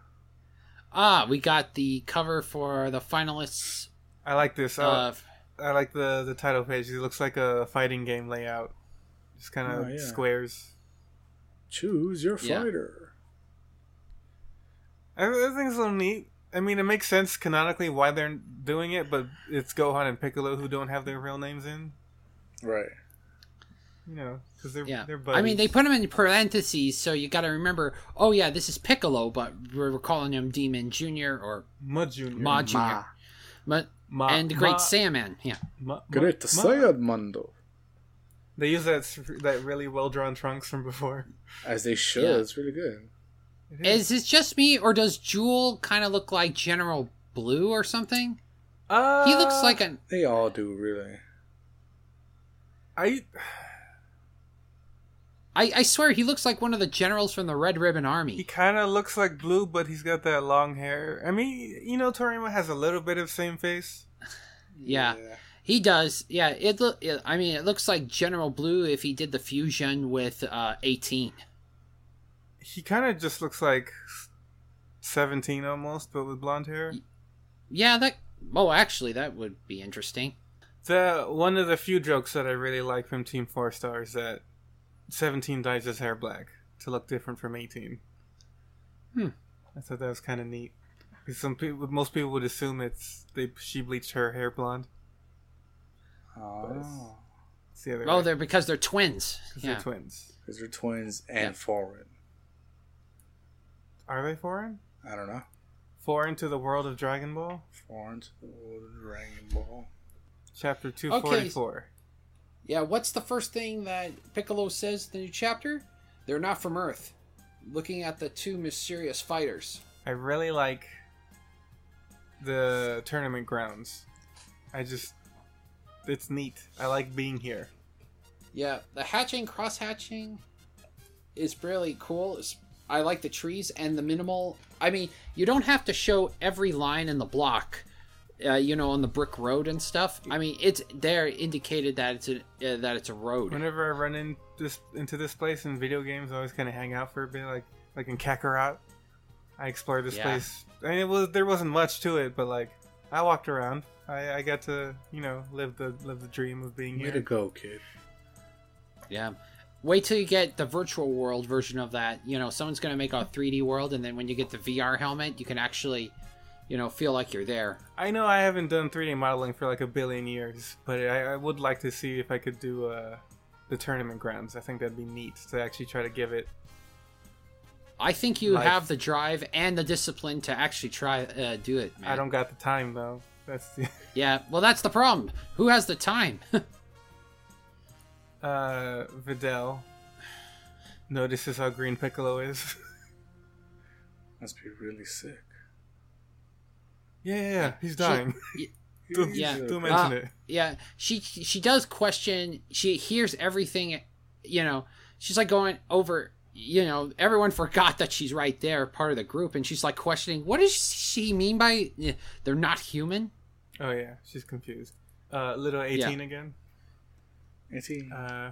Speaker 2: Ah, we got the cover for the finalists
Speaker 1: I like this. Uh,
Speaker 2: of
Speaker 1: I like the the title page. It looks like a fighting game layout. Just kind of
Speaker 3: Oh, yeah.
Speaker 1: squares.
Speaker 3: Choose your
Speaker 2: Yeah.
Speaker 3: fighter.
Speaker 1: I, I think it's a little neat. I mean, it makes sense canonically why they're doing it, but it's Gohan and Piccolo who don't have their real names in.
Speaker 3: Right.
Speaker 1: You know, because they're
Speaker 2: yeah.
Speaker 1: they're buddies.
Speaker 2: I mean, they put them in parentheses, so you got to remember. Oh yeah, this is Piccolo, but we're we're calling him Demon Junior or
Speaker 1: Ma Junior.
Speaker 2: Ma Junior. But
Speaker 1: Ma-
Speaker 2: and the Great
Speaker 1: Ma-
Speaker 2: Saiyaman. Yeah,
Speaker 1: Ma- Ma-
Speaker 3: Great
Speaker 1: Ma-
Speaker 3: Saiyan Mando.
Speaker 1: They use that s- that really well drawn trunks from before.
Speaker 3: As they should.
Speaker 2: Yeah.
Speaker 3: It's really good.
Speaker 1: It is-
Speaker 2: is this just me or does Jewel kind of look like General Blue or something?
Speaker 1: Uh,
Speaker 2: He looks like an
Speaker 3: They all do, really.
Speaker 1: I.
Speaker 2: I, I swear he looks like one of the generals from the Red Ribbon
Speaker 1: He
Speaker 2: Army.
Speaker 1: kind of looks like Blue, but he's got that long hair. I mean, you know, Toriyama has a little bit of same face.
Speaker 2: Yeah, he does. Yeah, it look. I mean, it looks like General Blue if he did the fusion with uh, eighteen.
Speaker 1: He kind of just looks like seventeen almost, but with blonde hair.
Speaker 2: Yeah, that. Oh, actually, that would be interesting.
Speaker 1: The one of the few jokes that I really like from Team Four Star is that seventeen dyes his hair black to look different from eighteen.
Speaker 2: Hmm.
Speaker 1: I thought that was kind of neat. 'Cause Some people, most people would assume it's they she bleached her hair blonde.
Speaker 3: Oh.
Speaker 1: It's the other
Speaker 2: Oh,
Speaker 1: way,
Speaker 2: they're because they're twins.
Speaker 1: 'cause
Speaker 2: Yeah.
Speaker 1: they're twins.
Speaker 3: Because they're twins and
Speaker 2: Yeah.
Speaker 3: foreign.
Speaker 1: Are they foreign?
Speaker 3: I don't know.
Speaker 1: Foreign to the world of Dragon Ball.
Speaker 3: Foreign to the world of Dragon Ball.
Speaker 1: Chapter 244.
Speaker 2: yeah. What's the first thing that Piccolo says in the new chapter? They're not from Earth. Looking at the two mysterious fighters.
Speaker 1: I really like the tournament grounds. I just. It's neat. I like being here.
Speaker 2: Yeah, the hatching, cross hatching is really cool. It's- I like the trees and the minimal. I mean, you don't have to show every line in the block, uh, you know, on the brick road and stuff. I mean, it's there indicated that it's a uh, that it's a road.
Speaker 1: Whenever I run in this into this place in video games, I always kind of hang out for a bit, like like in Kakarot. I explored this
Speaker 2: Yeah.
Speaker 1: place. I mean, it was there wasn't much to it, but like I walked around. I, I got to you know live the live the dream of being
Speaker 3: Way
Speaker 1: here.
Speaker 3: to go, kid.
Speaker 2: Yeah. Wait till you get the virtual world version of that. You know, someone's going to make a 3D world, and then when you get the VR helmet, you can actually, you know, feel like you're there.
Speaker 1: I know I haven't done 3D modeling for like a billion years, but I, I would like to see if I could do uh, the tournament grounds. I think that'd be neat to actually try to give it.
Speaker 2: I think you
Speaker 1: Life.
Speaker 2: have the drive and the discipline to actually try uh, do it. Man.
Speaker 1: I don't got the time though. That's the
Speaker 2: Yeah, well, that's the problem. Who has the time?
Speaker 1: uh, Videl notices how green Piccolo is.
Speaker 3: Must be really sick.
Speaker 1: yeah, yeah, yeah, he's dying.
Speaker 2: y-
Speaker 1: don't,
Speaker 2: yeah.
Speaker 1: don't mention
Speaker 2: Uh,
Speaker 1: it.
Speaker 2: yeah, she she does question. She hears everything. You know, she's like going over. You know, everyone forgot that she's right there, part of the group, and she's like questioning, "What does she mean by eh, they're not human?"
Speaker 1: Oh yeah, she's confused. Uh, little eighteen again.
Speaker 3: Eighteen.
Speaker 1: Uh,
Speaker 2: Mm-hmm.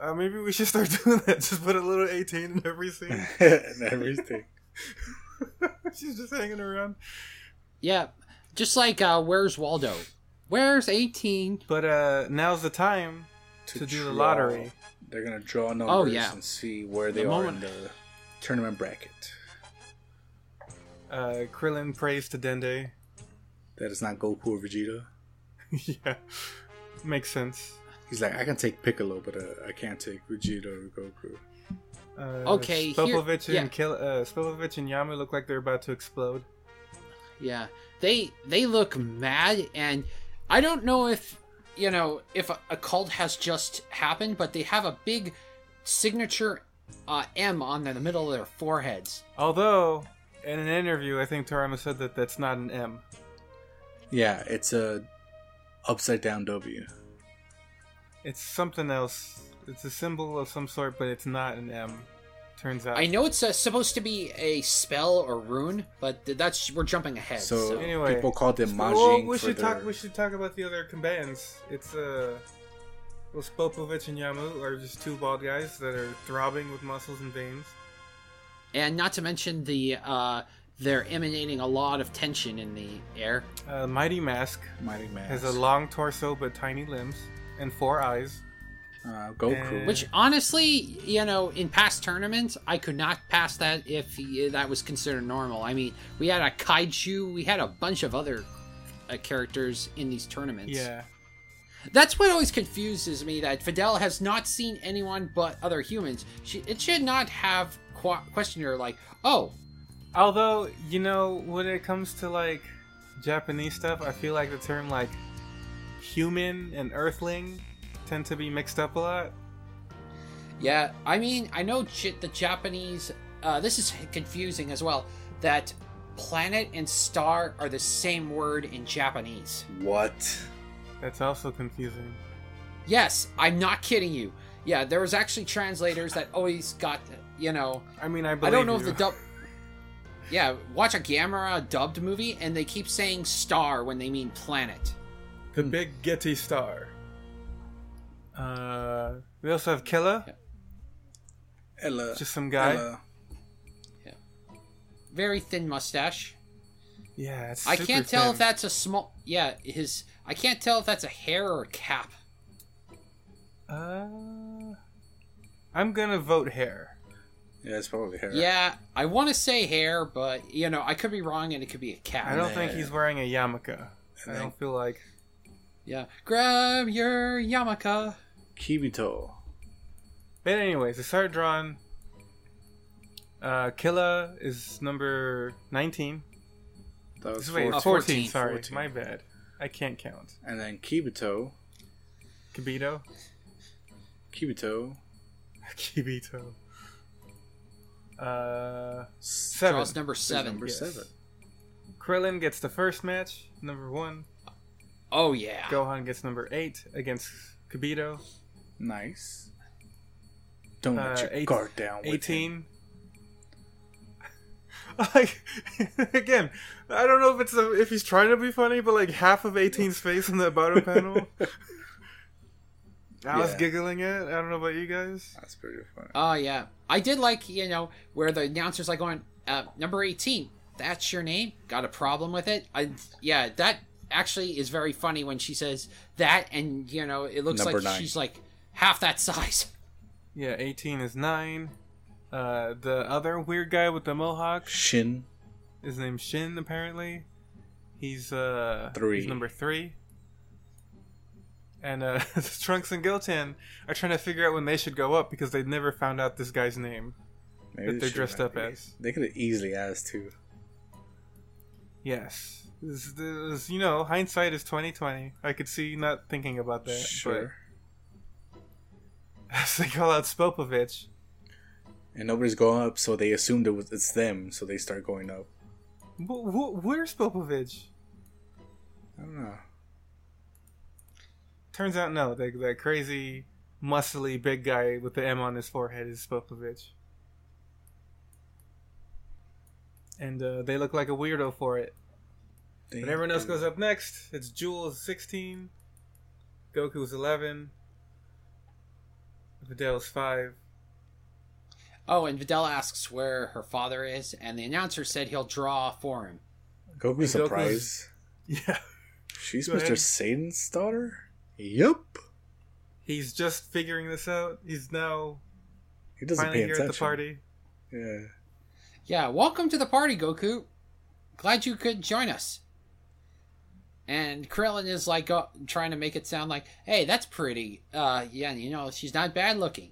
Speaker 1: uh, maybe we should start doing that. Just put a little eighteen in every scene.
Speaker 3: and everything.
Speaker 1: she's just hanging around.
Speaker 2: Yeah, just like uh, where's Waldo? Where's eighteen?
Speaker 1: But uh, now's the time to, do the
Speaker 3: draw.
Speaker 1: lottery. Oh,
Speaker 3: They're gonna draw numbers
Speaker 2: yeah.
Speaker 3: and see where they
Speaker 2: The
Speaker 3: are
Speaker 2: moment-
Speaker 3: in the tournament bracket.
Speaker 1: Uh, Krillin prays to Dende.
Speaker 3: That is not Goku or Vegeta.
Speaker 1: yeah, makes sense.
Speaker 3: He's like, I can take Piccolo, but uh, I can't take Vegeta or Goku.
Speaker 1: Uh,
Speaker 2: Okay, here-
Speaker 1: Spopovich
Speaker 2: yeah.
Speaker 1: and Kill, uh, Spopovich and Yamu look like they're about to explode.
Speaker 2: Yeah, they they look mad, and I don't know if you know if a, a cult has just happened, but they have a big signature uh, M on the, the middle of their foreheads.
Speaker 1: Although, in an interview, I think Toriyama said that that's not an M.
Speaker 3: Yeah, it's a upside down W.
Speaker 1: It's something else. It's a symbol of some sort, but it's not an M. Turns out.
Speaker 2: I know it's uh supposed to be a spell or rune, but th- that's we're jumping ahead. So,
Speaker 3: So,
Speaker 1: Anyway.
Speaker 3: people called them Majin.
Speaker 1: Well, we
Speaker 3: for
Speaker 1: should
Speaker 3: their-
Speaker 1: talk. We should talk about the other combatants. It's uh, well, Spopovich and Yamu are just two bald guys that are throbbing with muscles and veins.
Speaker 2: and not to mention the uh, they're emanating a lot of tension in the air.
Speaker 1: Uh, Mighty Mask
Speaker 3: Mighty Man.
Speaker 1: has a long torso but tiny limbs and four eyes.
Speaker 3: uh, Goku.
Speaker 1: Yeah.
Speaker 2: Which honestly, you know, in past tournaments, I could not pass that if he, that was considered normal. I mean, we had a kaiju, we had a bunch of other uh, characters in these tournaments.
Speaker 1: Yeah.
Speaker 2: That's what always confuses me that Fidel has not seen anyone but other humans. She, it should not have qu- questioned her like, oh,
Speaker 1: Although, you know, when it comes to like Japanese stuff, I feel like the term like human and earthling tend to be mixed up a lot.
Speaker 2: yeah. I mean, I know j- the Japanese. Uh, this is confusing as well. That planet and star are the same word in Japanese.
Speaker 3: What?
Speaker 1: That's also confusing.
Speaker 2: Yes, I'm not kidding you. Yeah, there was actually translators that always got, you know,
Speaker 1: I mean, I
Speaker 2: I
Speaker 1: believe
Speaker 2: don't know
Speaker 1: you.
Speaker 2: if the dub. Yeah, watch a Gamera dubbed movie, and they keep saying star when they mean planet.
Speaker 1: The big Getty star. Uh, we also have Killa,
Speaker 3: Ella.
Speaker 1: just some guy.
Speaker 3: Ella.
Speaker 2: Very thin mustache.
Speaker 1: Yeah, it's
Speaker 2: I
Speaker 1: super
Speaker 2: can't tell
Speaker 1: thin.
Speaker 2: if that's a small. Yeah, his. I can't tell if that's a hair or a cap.
Speaker 1: Uh, I'm gonna vote hair.
Speaker 3: Yeah, it's probably her.
Speaker 2: Yeah, I want to say hair, but you know, I could be wrong, and it could be a cap.
Speaker 1: I don't think he's wearing a yarmulke. I
Speaker 3: then-
Speaker 1: don't feel like.
Speaker 2: Yeah, grab your yarmulke.
Speaker 3: Kibito.
Speaker 1: But anyways, the Sardron. Uh, Killa is number 19.
Speaker 3: That was
Speaker 1: Wait,
Speaker 3: four.
Speaker 2: Oh,
Speaker 1: 14,
Speaker 2: 14,
Speaker 1: sorry.
Speaker 3: 14.
Speaker 1: My bad. I can't count.
Speaker 3: And then Kibito.
Speaker 1: Kibito?
Speaker 3: Kibito.
Speaker 1: Kibito. Uh,
Speaker 3: S-
Speaker 1: seven.
Speaker 2: Draws number
Speaker 3: is
Speaker 2: seven.
Speaker 3: Number
Speaker 1: yes.
Speaker 3: seven.
Speaker 1: Krillin gets the first match, number one.
Speaker 2: Oh yeah.
Speaker 1: Gohan gets number eight against Kibito.
Speaker 3: Nice. Don't
Speaker 1: Uh,
Speaker 3: let your
Speaker 1: eight-
Speaker 3: guard down. With
Speaker 1: 18
Speaker 3: him.
Speaker 1: like again i don't know if it's a, if he's trying to be funny but like half of 18's face in that bottom panel i was
Speaker 3: Yeah.
Speaker 1: giggling at i don't know about you guys
Speaker 3: That's pretty funny.
Speaker 2: Oh yeah, I did like you know where the announcers like going uh, number eighteen. That's your name. Got a problem with it? I yeah, that actually is very funny when she says that, and you know it looks
Speaker 3: Number
Speaker 2: like
Speaker 3: nine.
Speaker 2: she's like half that size.
Speaker 1: yeah 18 is 9 uh the other weird guy with the mohawk
Speaker 3: Shin.
Speaker 1: is named shin apparently he's uh
Speaker 3: Three.
Speaker 1: he's number three and uh trunks and goten are trying to figure out when they should go up because they never found out this guy's name
Speaker 3: Maybe
Speaker 1: that
Speaker 3: it
Speaker 1: they're
Speaker 3: should
Speaker 1: dressed
Speaker 3: not
Speaker 1: up
Speaker 3: be.
Speaker 1: as.
Speaker 3: They could have easily asked too.
Speaker 1: Yes. This, this, you know, hindsight is twenty twenty. I could see you not thinking about that.
Speaker 3: Sure.
Speaker 1: But as they call out Spopovich,
Speaker 3: And nobody's going up, so they assumed it was it's them, so they start going up.
Speaker 1: wh- wh- where's Spopovich?
Speaker 3: I don't know.
Speaker 1: Turns out, no. That, that crazy, muscly big guy with the M on his forehead is Spopovich. And uh, they look like a weirdo for it.
Speaker 3: They
Speaker 1: But everyone else
Speaker 3: do.
Speaker 1: goes up next. It's Jules 16, Goku's 11, Vidal's 5.
Speaker 2: Oh, and Videl asks where her father is, and the announcer said he'll draw for him.
Speaker 3: Goku's
Speaker 1: Goku's-
Speaker 3: surprise.
Speaker 1: Yeah.
Speaker 3: She's
Speaker 1: Go
Speaker 3: Mr.
Speaker 1: ahead.
Speaker 3: Satan's daughter? Yup.
Speaker 1: He's just figuring this out. He's now
Speaker 3: He doesn't
Speaker 1: finally
Speaker 3: pay
Speaker 1: here
Speaker 3: attention.
Speaker 1: at the party.
Speaker 3: Yeah.
Speaker 2: Yeah, welcome to the party, Goku. Glad you could join us. And Krillin is like uh, trying to make it sound like, "Hey, that's pretty. Uh, yeah, you know, she's not bad looking.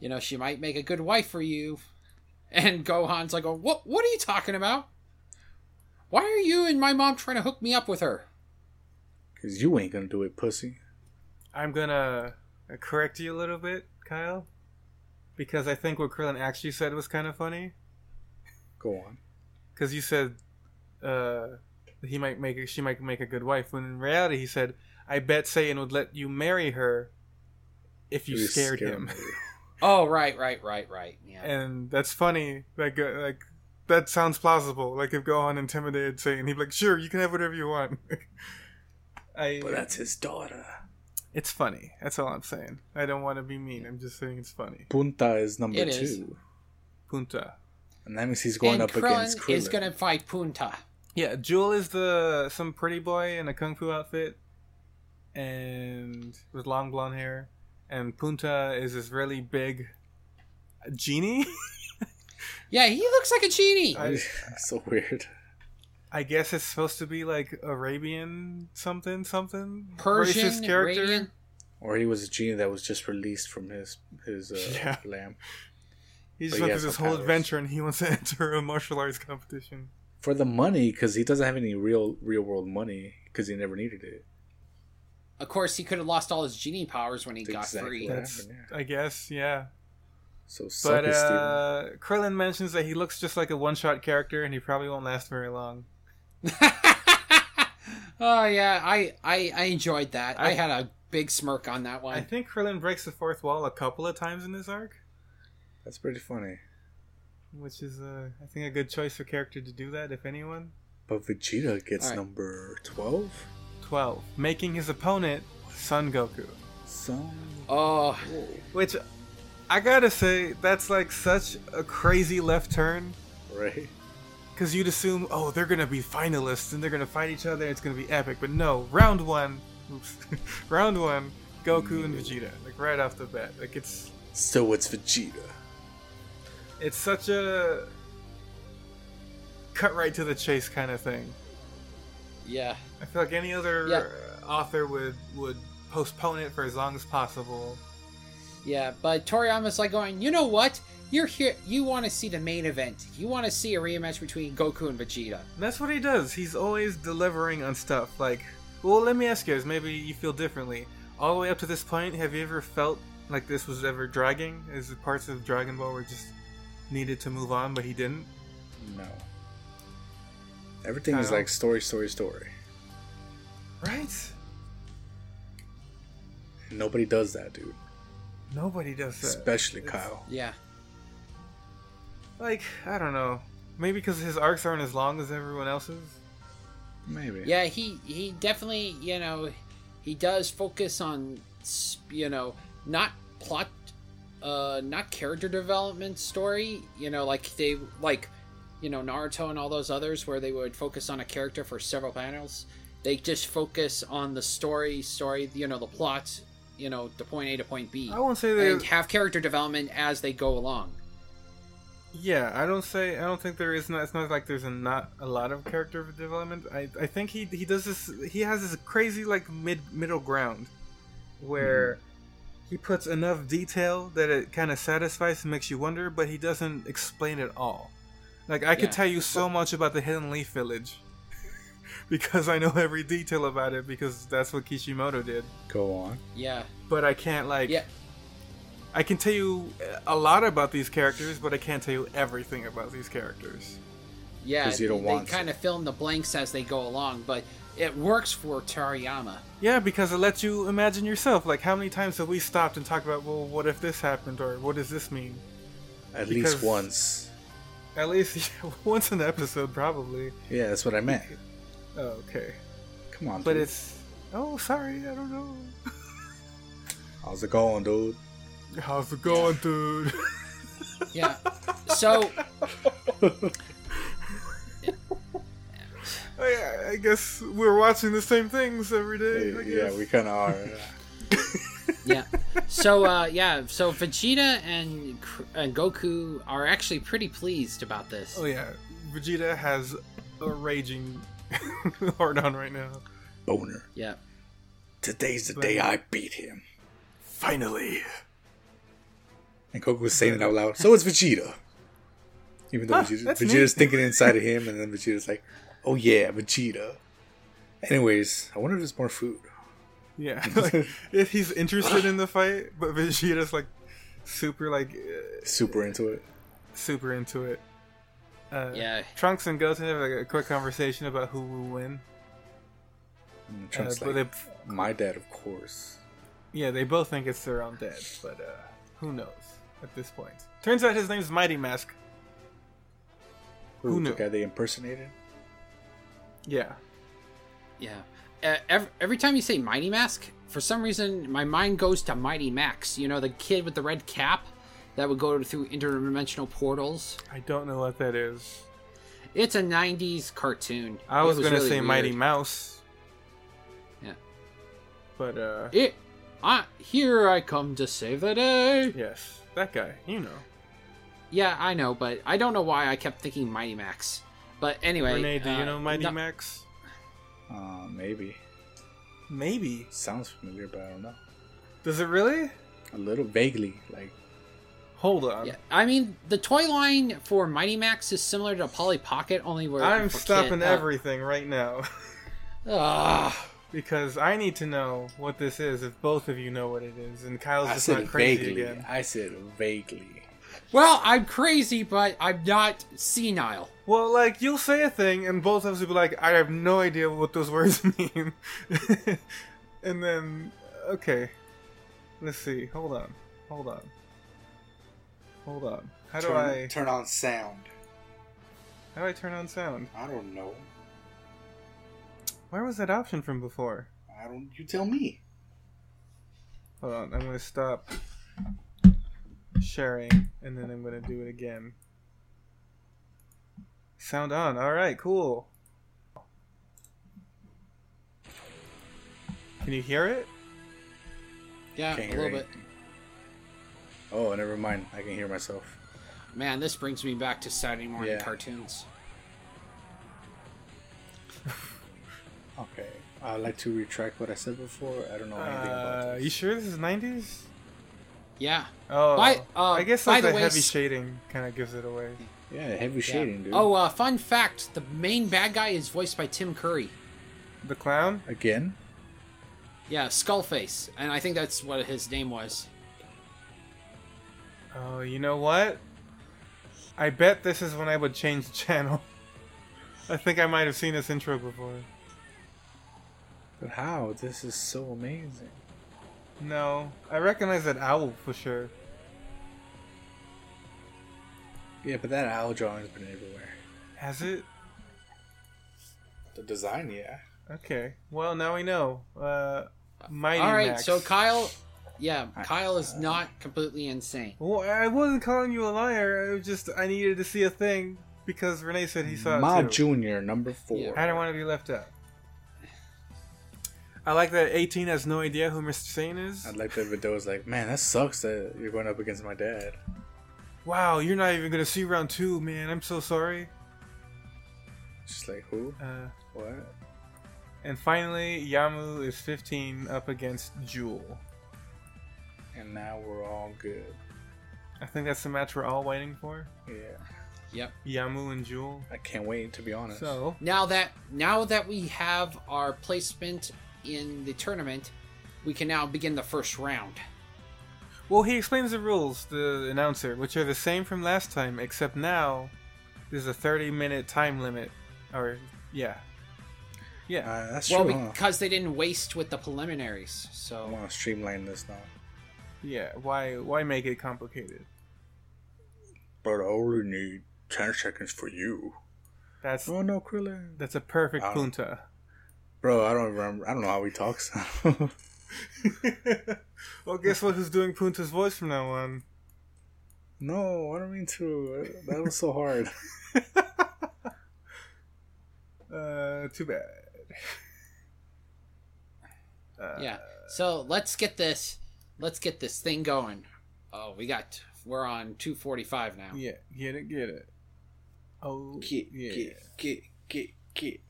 Speaker 2: You know, she might make a good wife for you." And Gohan's like, oh, "What? What are you talking about? Why are you and my mom trying to hook me up with her?"
Speaker 3: Cause you ain't gonna do it, pussy.
Speaker 1: I'm gonna uh, correct you a little bit, Kyle, because I think what Krillin actually said was kind of funny.
Speaker 3: Go on.
Speaker 1: Because you said uh, he might make a, she might make a good wife, when in reality he said, "I bet Satan would let you marry her if you
Speaker 3: It was
Speaker 1: scared
Speaker 3: scary.
Speaker 1: him."
Speaker 2: Oh, right, right, right, right. Yeah.
Speaker 1: and that's funny. Like uh, like that sounds plausible. Like if Gohan intimidated Satan, he'd be like, "Sure, you can have whatever you want." I
Speaker 3: But that's his daughter.
Speaker 1: It's funny. That's all I'm saying. I don't want to be mean. I'm just saying it's funny.
Speaker 3: Punta is number
Speaker 2: It
Speaker 3: two.
Speaker 2: is.
Speaker 1: Punta.
Speaker 3: and that means he's going
Speaker 2: and
Speaker 3: up
Speaker 2: Krillin
Speaker 3: against Krillin.
Speaker 2: is gonna fight Punta.
Speaker 1: Yeah, Jewel is the some pretty boy in a kung fu outfit, and with long blonde hair, and Punta is this really big genie.
Speaker 2: Yeah, he looks like a genie.
Speaker 1: I,
Speaker 3: so weird.
Speaker 1: I guess it's supposed to be like Arabian something something
Speaker 2: Persian
Speaker 1: racist character.
Speaker 2: Iranian.
Speaker 3: Or he was a genie that was just released from his his uh,
Speaker 1: Yeah.
Speaker 3: lamp.
Speaker 1: He just
Speaker 3: But
Speaker 1: went
Speaker 3: he
Speaker 1: through
Speaker 3: has
Speaker 1: this
Speaker 3: no
Speaker 1: whole
Speaker 3: powers.
Speaker 1: adventure, and he wants to enter a martial arts competition.
Speaker 3: for the money because he doesn't have any real real world money because he never needed it.
Speaker 2: Of course, he could have lost all his genie powers when he got
Speaker 3: Exactly.
Speaker 2: free.
Speaker 3: Yeah,
Speaker 1: That's,
Speaker 3: yeah.
Speaker 1: I guess, yeah.
Speaker 3: So suck
Speaker 1: But
Speaker 3: it, Steven.
Speaker 1: uh, Krillin mentions that he looks just like a one-shot character, and he probably won't last very long.
Speaker 2: oh yeah, I, I I enjoyed that. I,
Speaker 1: I-
Speaker 2: had a big smirk on that
Speaker 1: I
Speaker 2: one.
Speaker 1: think Krillin breaks the fourth wall a couple of times in this arc,
Speaker 3: That's pretty funny.
Speaker 1: which is, uh, I think, a good choice for character to do that, if anyone.
Speaker 3: But Vegeta gets
Speaker 2: Alright.
Speaker 3: number twelve.
Speaker 1: 12. Making his opponent Son Goku.
Speaker 3: So
Speaker 2: Oh,
Speaker 1: Which, I gotta say, that's like such a crazy left turn.
Speaker 3: right,
Speaker 1: Because you'd assume, oh, they're going to be finalists and they're going to fight each other. It's going to be epic. But no, round one, oops, round one, Goku and Vegeta. Like right off the bat. Like it's
Speaker 3: so it's Vegeta.
Speaker 1: it's such a cut right to the chase kind of thing.
Speaker 2: yeah.
Speaker 1: I feel like any other
Speaker 2: Yeah.
Speaker 1: author would would postpone it for as long as possible.
Speaker 2: Yeah, but Toriyama's like going, you know what? You're here. You want to see the main event. You want to see a rematch between Goku and Vegeta.
Speaker 1: And that's what he does. He's always delivering on stuff. Like, well, let me ask you guys. Maybe you feel differently. All the way up to this point, have you ever felt like this was ever dragging? Is the parts of Dragon Ball were just needed to move on, but he didn't?
Speaker 3: No, everything is
Speaker 1: Kyle?
Speaker 3: like story, story, story.
Speaker 1: Right?
Speaker 3: Nobody does that, dude.
Speaker 1: Nobody does that.
Speaker 3: Especially
Speaker 1: It's-
Speaker 3: Kyle.
Speaker 2: Yeah,
Speaker 1: Like, I don't know. Maybe because his arcs aren't as long as everyone else's.
Speaker 3: Maybe.
Speaker 2: yeah. He he definitely you know he does focus on s- you know not plot, uh, not character development story. You know, like they like you know Naruto and all those others where they would focus on a character for several panels. They just focus on the story, story. You know, the plot. You know, the point A to point B.
Speaker 1: I won't say they.
Speaker 2: and have character development as they go along.
Speaker 1: Yeah, I don't say I don't think there is. Not, it's not like there's a not a lot of character development. I I think he he does this. He has this crazy like mid middle ground, where
Speaker 2: Hmm.
Speaker 1: he puts enough detail that it kind of satisfies and makes you wonder, but he doesn't explain it all. Like I
Speaker 2: Yeah.
Speaker 1: could tell you so much about the Hidden Leaf Village, because I know every detail about it because that's what Kishimoto did.
Speaker 3: Go on.
Speaker 2: Yeah,
Speaker 1: But I can't like.
Speaker 2: yeah,
Speaker 1: I can tell you a lot about these characters, but I can't tell you everything about these characters.
Speaker 2: yeah.
Speaker 3: 'Cause you don't
Speaker 2: they
Speaker 3: want to.
Speaker 2: kind of fill in the blanks as they go along, but it works for Toriyama.
Speaker 1: Yeah, because it lets you imagine yourself. Like, how many times have we stopped and talked about, well, what if this happened, or what does this mean?
Speaker 3: At
Speaker 1: Because-
Speaker 3: least once.
Speaker 1: At least once an episode, probably.
Speaker 3: Yeah, that's what I meant.
Speaker 1: Oh, okay.
Speaker 3: Come on.
Speaker 1: But
Speaker 3: dude.
Speaker 1: it's. Oh, sorry, I don't know.
Speaker 3: how's it going, dude?
Speaker 1: How's it going, dude?
Speaker 2: Yeah. So
Speaker 1: Oh, I, I guess we're watching the same things every day. I
Speaker 3: yeah,
Speaker 1: guess.
Speaker 3: we kind of are.
Speaker 2: yeah, so uh, yeah, so Vegeta and Kr- and Goku are actually pretty pleased about this.
Speaker 1: Oh, yeah. Vegeta has a raging hard on right now.
Speaker 3: Boner.
Speaker 2: Yeah.
Speaker 3: Today's the day I beat him.
Speaker 1: Finally.
Speaker 3: And Goku was saying it out loud. So it's Vegeta. Even though
Speaker 1: Huh,
Speaker 3: Vegeta,
Speaker 1: that's
Speaker 3: Vegeta's thinking inside of him, and then Vegeta's like, "Oh yeah, Vegeta." Anyways, I wonder if there's more food.
Speaker 1: Yeah, like, if he's interested in the fight, but Vegeta's like super, like uh,
Speaker 3: Super into it.
Speaker 1: super into it. Uh,
Speaker 2: Yeah.
Speaker 1: Trunks and Goten have like, a quick conversation about who will win.
Speaker 3: And
Speaker 1: Uh,
Speaker 3: Trunks
Speaker 1: but
Speaker 3: like,
Speaker 1: they,
Speaker 3: "My dad, of course."
Speaker 1: yeah, they both think it's their own dad, but uh, who knows at this point? Turns out his name's Mighty Mask.
Speaker 3: Who,
Speaker 1: Who
Speaker 3: the
Speaker 1: knew?
Speaker 3: guy they impersonated?
Speaker 1: Yeah,
Speaker 2: Yeah. Uh, every, every time you say Mighty Mask, for some reason my mind goes to Mighty Max. You know, the kid with the red cap that would go through interdimensional portals.
Speaker 1: I don't know what that is.
Speaker 2: It's a 90s cartoon.
Speaker 1: I
Speaker 2: It
Speaker 1: was, gonna
Speaker 2: really
Speaker 1: say Mighty
Speaker 2: weird.
Speaker 1: Mouse.
Speaker 2: Yeah.
Speaker 1: But uh
Speaker 2: It, I, here I come to save the day.
Speaker 1: yes, that guy, you know.
Speaker 2: Yeah, I know, but I don't know why I kept thinking Mighty Max. But anyway,
Speaker 1: Renee, do you
Speaker 2: uh,
Speaker 1: know Mighty
Speaker 2: no-
Speaker 1: Max?
Speaker 3: Uh, maybe.
Speaker 1: Maybe.
Speaker 3: Sounds familiar, but I don't know.
Speaker 1: Does it really?
Speaker 3: A little vaguely, like
Speaker 1: Hold on.
Speaker 2: Yeah, I mean the toy line for Mighty Max is similar to Polly Pocket, only where
Speaker 1: I'm
Speaker 2: for kid-
Speaker 1: stopping
Speaker 2: uh,
Speaker 1: everything right now
Speaker 2: Ugh.
Speaker 1: because I need to know what this is. If both of you know what it is, and Kyle's
Speaker 3: I
Speaker 1: just
Speaker 3: said
Speaker 1: not crazy
Speaker 3: vaguely.
Speaker 1: again.
Speaker 3: I said vaguely.
Speaker 2: Well, I'm crazy, but I'm not senile.
Speaker 1: Well, like you'll say a thing, and both of us will be like, "I have no idea what those words mean," and then okay, let's see. Hold on, hold on, hold on. How do
Speaker 5: turn,
Speaker 1: I
Speaker 5: turn on sound?
Speaker 1: how do I turn on sound?
Speaker 5: I don't know.
Speaker 1: Where was that option from before?
Speaker 5: I don't. You tell me.
Speaker 1: Hold on, I'm gonna stop sharing and then I'm gonna do it again. Sound on, alright, cool. Can you hear it?
Speaker 2: Yeah,
Speaker 3: Can't
Speaker 2: a
Speaker 3: hear
Speaker 2: little bit.
Speaker 3: anything. Oh, never mind. I can hear myself.
Speaker 2: Man, this brings me back to Saturday morning
Speaker 3: Yeah.
Speaker 2: cartoons.
Speaker 3: Okay. I'd like to retract what I said before. I don't know
Speaker 1: Uh,
Speaker 3: anything about
Speaker 1: you
Speaker 3: this.
Speaker 1: sure this is 90s?
Speaker 2: Yeah.
Speaker 1: Oh,
Speaker 2: By- uh,
Speaker 1: I guess
Speaker 2: by
Speaker 1: like
Speaker 2: the
Speaker 1: the,
Speaker 2: way,
Speaker 1: heavy
Speaker 2: s-
Speaker 1: shading kind of gives it away.
Speaker 3: Yeah, heavy
Speaker 2: yeah.
Speaker 3: shading, dude.
Speaker 2: Oh, uh, fun fact: the main bad guy is voiced by Tim Curry.
Speaker 1: The clown?
Speaker 3: Again?
Speaker 2: Yeah, Skullface, and I think that's what his name was.
Speaker 1: Oh, you know what? I bet this is when I would change the channel. I think I might have seen this intro before.
Speaker 3: But how? This is so amazing.
Speaker 1: No, I recognize that owl for sure.
Speaker 3: Yeah, but that owl drawing's been everywhere.
Speaker 1: Has it?
Speaker 5: The design, yeah.
Speaker 1: Okay. Well, now we know. Uh, Mighty
Speaker 2: All right,
Speaker 1: Max.
Speaker 2: so Kyle, yeah, Kyle is not completely insane.
Speaker 1: Well, I wasn't calling you a liar. I was just I needed to see a thing because Renee said he saw
Speaker 3: Ma
Speaker 1: it too.
Speaker 3: Junior, number four.
Speaker 2: Yeah.
Speaker 1: I don't want to be left out. I like that 18 has no idea who Mr. Satan is.
Speaker 3: I'd like to if it was like, man, that sucks that you're going up against my dad.
Speaker 1: Wow, you're not even gonna see round two, man. I'm so sorry.
Speaker 3: Just like, who?
Speaker 1: Uh,
Speaker 3: What?
Speaker 1: and finally, Yamu is 15 up against Jewel.
Speaker 3: And now we're all good.
Speaker 1: I think that's the match we're all waiting for.
Speaker 3: Yeah.
Speaker 2: Yep.
Speaker 1: Yamu and Jewel.
Speaker 3: I can't wait, to be honest.
Speaker 1: So
Speaker 2: Now that now that we have our placement in the tournament, we can now begin the first round.
Speaker 1: Well, he explains the rules, the announcer, which are the same from last time, except now there's a 30 minute time limit. Or, yeah. Yeah.
Speaker 3: Uh, that's
Speaker 2: well,
Speaker 3: true, huh?
Speaker 2: because they didn't waste with the preliminaries,
Speaker 3: I
Speaker 2: so
Speaker 3: want to streamline this now.
Speaker 1: Yeah. Why Why make it complicated?
Speaker 3: But I only need 10 seconds for you.
Speaker 1: That's
Speaker 3: Oh no, Krillin.
Speaker 1: that's a perfect
Speaker 3: Wow.
Speaker 1: punta.
Speaker 3: Bro, I don't remember. I don't know how he talks.
Speaker 1: well, guess what? Who's doing punta's voice from now on?
Speaker 3: no, I don't mean to. That was so hard.
Speaker 1: Uh, too bad. Uh,
Speaker 2: yeah. So let's get this let's get this thing going. Oh, we got we're on two forty five now.
Speaker 1: Yeah. Get it. Get it. Oh.
Speaker 3: Get,
Speaker 1: yeah.
Speaker 3: get, get, get, get.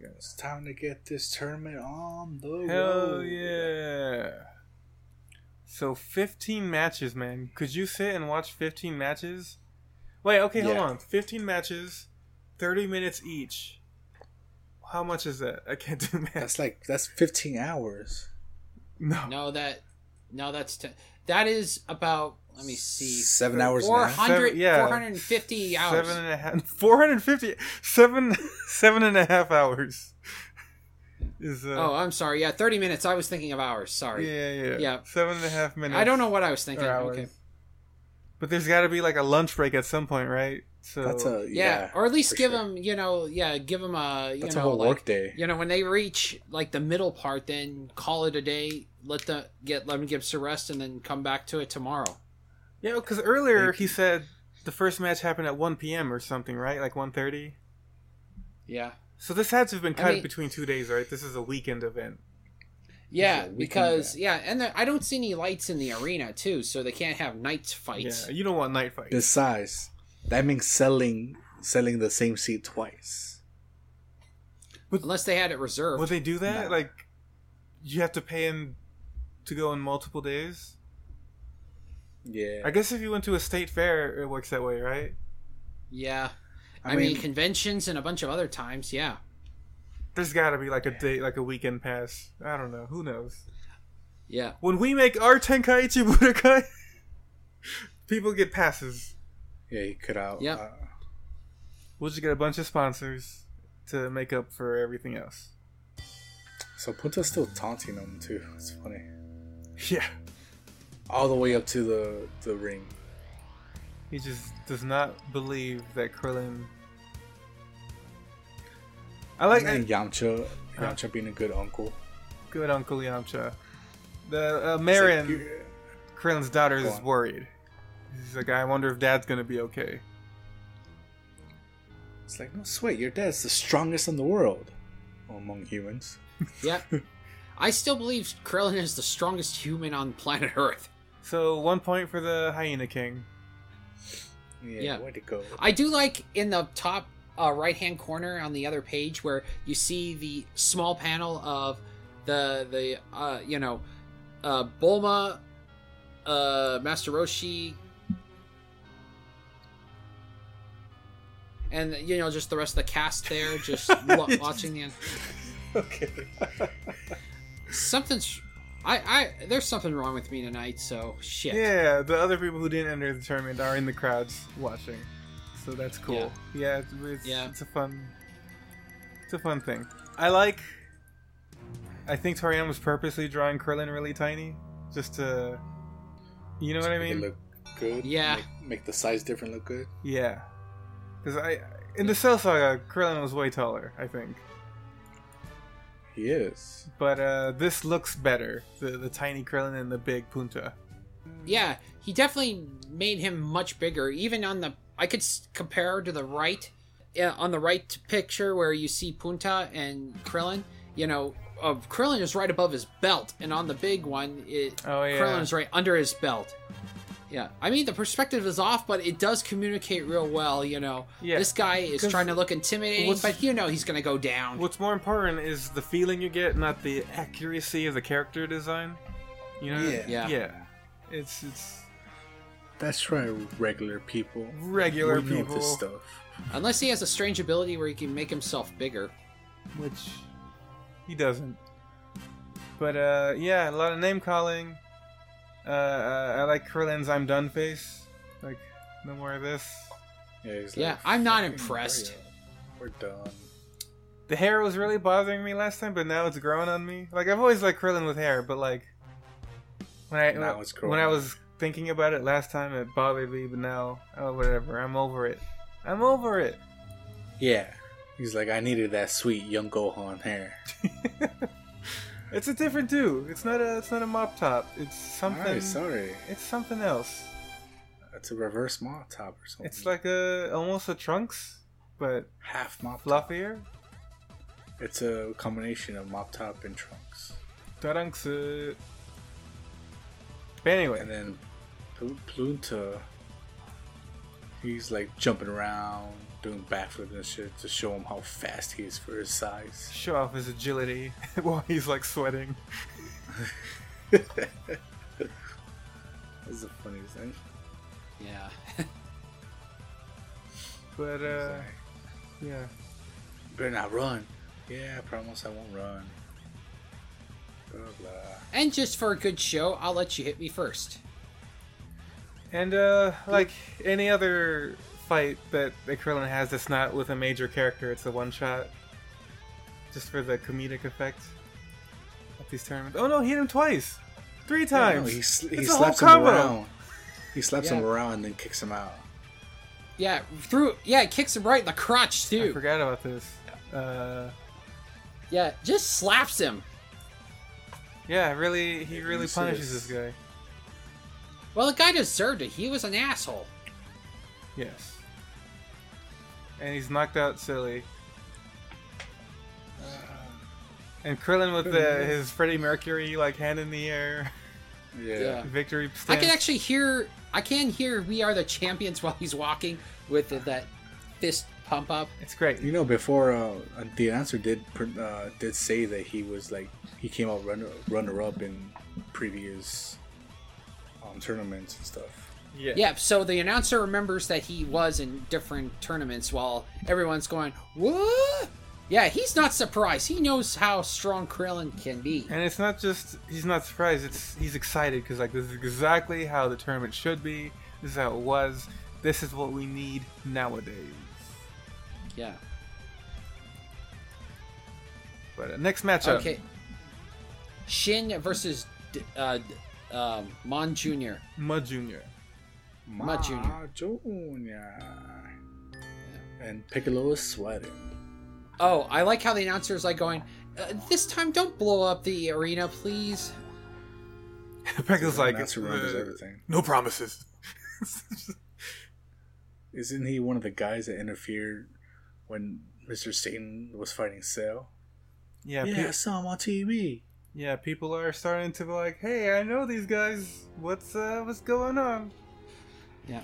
Speaker 3: It's time to get this tournament on the
Speaker 1: Hell
Speaker 3: road.
Speaker 1: yeah. So 15 matches, man. Could you sit and watch 15 matches? Wait, okay, hold
Speaker 3: Yeah.
Speaker 1: on. 15 matches, 30 minutes each. How much is that? I can't do math.
Speaker 3: That's like that's 15 hours.
Speaker 1: no.
Speaker 2: No, that no, that's t- that is about. Let me see.
Speaker 3: Seven hours and a
Speaker 2: Four
Speaker 3: half?
Speaker 2: hundred.
Speaker 1: Seven- yeah.
Speaker 2: Four hundred and fifty hours.
Speaker 1: Seven and a half. 450. Seven, seven and a half hours. Is, uh,
Speaker 2: oh, I'm sorry. Yeah, thirty minutes. I was thinking of hours. Sorry.
Speaker 1: yeah, yeah,
Speaker 2: yeah.
Speaker 1: Seven and a half minutes.
Speaker 2: I don't know what I was thinking.
Speaker 1: Or hours.
Speaker 2: Okay.
Speaker 1: But there's got to be like a lunch break at some point, right? So
Speaker 3: That's a
Speaker 2: Yeah,
Speaker 3: yeah.
Speaker 2: or at least
Speaker 3: for
Speaker 2: give
Speaker 3: sure.
Speaker 2: them. You know, yeah, give them a. You
Speaker 3: That's
Speaker 2: know,
Speaker 3: a whole
Speaker 2: like,
Speaker 3: work day.
Speaker 2: You know, when they reach like the middle part, then call it a day. let the get let him give us a rest and then come back to it tomorrow.
Speaker 1: Yeah, because earlier he said the first match happened at 1 p.m. or something, right? Like 1.30?
Speaker 2: Yeah.
Speaker 1: So this had to have been cut
Speaker 2: mean-
Speaker 1: between two days, right? This is a weekend event.
Speaker 2: Yeah,
Speaker 3: we can do
Speaker 2: because yeah, and the, I don't see any lights in the arena too, so they can't have night fights.
Speaker 1: Yeah, you don't want night fights.
Speaker 3: Besides, that means selling selling the same seat twice.
Speaker 2: Unless they had it reserved.
Speaker 1: Would they do that?
Speaker 3: No.
Speaker 1: Like, you have to pay him to go in multiple days?
Speaker 3: Yeah,
Speaker 1: I guess if you went to a state fair, it works that way, right?
Speaker 2: yeah.
Speaker 3: I
Speaker 2: I, mean,
Speaker 3: mean-
Speaker 2: conventions and a bunch of other times, yeah.
Speaker 1: There's got to be like a day, like a weekend pass. I don't know. Who knows?
Speaker 2: Yeah.
Speaker 1: When we make our Tenkaichi Budokai, people get passes.
Speaker 3: yeah, he could out.
Speaker 2: Yeah.
Speaker 3: Uh,
Speaker 1: We'll just get a bunch of sponsors to make up for everything else.
Speaker 3: so Punta's still taunting him too. It's funny.
Speaker 1: Yeah,
Speaker 3: All the way up to the the ring.
Speaker 1: he just does not believe that Krillin. I like.
Speaker 3: and Yamcha, Yamcha being a good uncle.
Speaker 1: Good Uncle Yamcha. The uh, Marin,
Speaker 3: It's like,
Speaker 1: Krillin's daughter,
Speaker 3: Go
Speaker 1: is
Speaker 3: on.
Speaker 1: worried. She's like, I wonder if Dad's gonna be okay.
Speaker 3: it's like, no sweat, your dad's the strongest in the world among humans.
Speaker 2: Yeah. I still believe Krillin is the strongest human on planet Earth.
Speaker 1: So one point for the Hyena King.
Speaker 3: Yeah,
Speaker 2: Yeah.
Speaker 3: where'd it go?
Speaker 2: I do like in the top uh, right hand corner on the other page where you see the small panel of the the uh, you know uh, Bulma, uh, Master Roshi, and you know just the rest of the cast there just lo- watching the.
Speaker 3: okay.
Speaker 2: Something's. I, I there's something wrong with me tonight, so shit.
Speaker 1: Yeah, the other people who didn't enter the tournament are in the crowds watching. So that's cool. Yeah, it's, it's,
Speaker 2: Yeah.
Speaker 1: it's a fun, it's a fun thing. I like. I think Toriyama was purposely drawing Krillin really tiny, just to, you know what I
Speaker 3: Make it
Speaker 1: mean?
Speaker 3: look good.
Speaker 2: Yeah.
Speaker 3: Make, make the size different look good.
Speaker 1: Yeah, because I in the Cell Saga, Krillin was way taller, I think.
Speaker 3: He is.
Speaker 1: But uh, this looks better. The the tiny Krillin and the big Punta.
Speaker 2: Yeah, he definitely made him much bigger. Even on the, I could s- compare to the right, yeah, on the right picture where you see Punta and Krillin. You know, uh, Krillin is right above his belt, and on the big one, it,
Speaker 1: Oh yeah.
Speaker 2: Krillin is right under his belt. Yeah, I mean the perspective is off, but it does communicate real well. You know,
Speaker 1: Yeah,
Speaker 2: this guy is
Speaker 1: 'cause
Speaker 2: trying to look intimidating,
Speaker 1: what's-
Speaker 2: but you know he's gonna go down.
Speaker 1: What's more important is the feeling you get, not the accuracy of the character design. You know?
Speaker 3: Yeah.
Speaker 2: Yeah.
Speaker 1: It's it's
Speaker 3: That's right, regular people.
Speaker 1: regular
Speaker 3: we know
Speaker 1: people,
Speaker 3: this stuff.
Speaker 2: Unless he has a strange ability where he can make himself bigger.
Speaker 1: which he doesn't. But uh, yeah, a lot of name calling. Uh, uh, I like Krillin's "I'm done" face. Like, no more of this.
Speaker 3: Yeah, he's
Speaker 2: Yeah,
Speaker 3: like,
Speaker 2: I'm not
Speaker 3: "Fucking
Speaker 2: impressed."
Speaker 3: hurry up. We're done.
Speaker 1: The hair was really bothering me last time, but now it's growing on me. Like I've always liked Krillin with hair, but like when I
Speaker 3: Now it's growing.
Speaker 1: when I was thinking about it last time, it bothered me. But now, oh whatever, I'm over it. I'm over it.
Speaker 3: Yeah. He's like, I needed that sweet young Gohan hair.
Speaker 1: It's a different dude. It's not a it's not a mop top. It's something.
Speaker 3: Alright, sorry.
Speaker 1: It's something else.
Speaker 3: It's a reverse mop top or something.
Speaker 1: It's like a almost a trunks, but
Speaker 3: half mop top.
Speaker 1: fluffier.
Speaker 3: It's a combination of mop top and trunks.
Speaker 1: Trunks. uh, But anyway,
Speaker 3: And then Pl- Plunta, he's like jumping around, doing backflips and shit to show him how fast he is for his size.
Speaker 1: show off his agility while he's like sweating.
Speaker 3: That's the funniest thing.
Speaker 2: Yeah.
Speaker 1: But
Speaker 3: He's
Speaker 1: uh,
Speaker 3: like,
Speaker 1: yeah.
Speaker 3: "You better not run. Yeah, I promise I won't run. Blah blah.
Speaker 2: And just for a good show, I'll let you hit me first.
Speaker 1: And uh, like any other fight that that Krillin has that's not with a major character, it's a one shot. Just for the comedic effect at these tournaments. Oh no, he hit him twice! Three
Speaker 3: Yeah, no,
Speaker 1: times!
Speaker 3: he sl- he
Speaker 1: It's a whole
Speaker 3: slaps him
Speaker 1: combo.
Speaker 3: around. He slaps him
Speaker 2: Yeah.
Speaker 3: around and then kicks him out.
Speaker 2: Yeah, through. Yeah, it kicks him right in the crotch
Speaker 1: I
Speaker 2: too.
Speaker 1: forgot about this. Uh,
Speaker 2: Yeah, just slaps him.
Speaker 1: Yeah, really, he
Speaker 5: Yeah,
Speaker 1: really
Speaker 5: Lucius.
Speaker 1: punishes this guy.
Speaker 2: Well, the guy deserved it. He was an asshole.
Speaker 1: Yes. And he's knocked out silly.
Speaker 3: Uh,
Speaker 1: And Krillin with the, his Freddie Mercury like hand in the air
Speaker 3: Yeah.
Speaker 2: Yeah.
Speaker 1: victory
Speaker 2: I
Speaker 1: stance.
Speaker 2: can actually hear. I can hear "We Are the Champions" while he's walking with that fist pump up.
Speaker 1: It's great.
Speaker 3: You know, before uh, the announcer did pr- uh, did say that he was like he came out runner runner up in previous um, tournaments and stuff.
Speaker 1: Yeah.
Speaker 2: Yeah, so the announcer remembers that he was in different tournaments while everyone's going, What? Yeah, he's not surprised. He knows how strong Krillin can be.
Speaker 1: And it's not just he's not surprised. It's he's excited because like this is exactly how the tournament should be. This is how it was. This is what we need nowadays.
Speaker 2: Yeah.
Speaker 1: But uh, next matchup.
Speaker 2: Okay. Shin versus D- uh, D- um, Mon Jr.
Speaker 1: Mud Junior.
Speaker 2: Ma Junior.
Speaker 3: Junior. And Piccolo is sweating.
Speaker 2: Oh, I like how the announcer is like going, uh, This time don't blow up the arena, please.
Speaker 1: Pekka's like
Speaker 3: announcer remembers
Speaker 1: uh,
Speaker 3: everything.
Speaker 1: No promises.
Speaker 3: Isn't he one of the guys that interfered when Mr. Satan was fighting Cell?
Speaker 1: yeah.
Speaker 3: yeah,
Speaker 1: pe-
Speaker 3: I saw him on TV.
Speaker 1: Yeah, people are starting to be like, "Hey, I know these guys. What's uh, what's going on?"
Speaker 2: Yeah.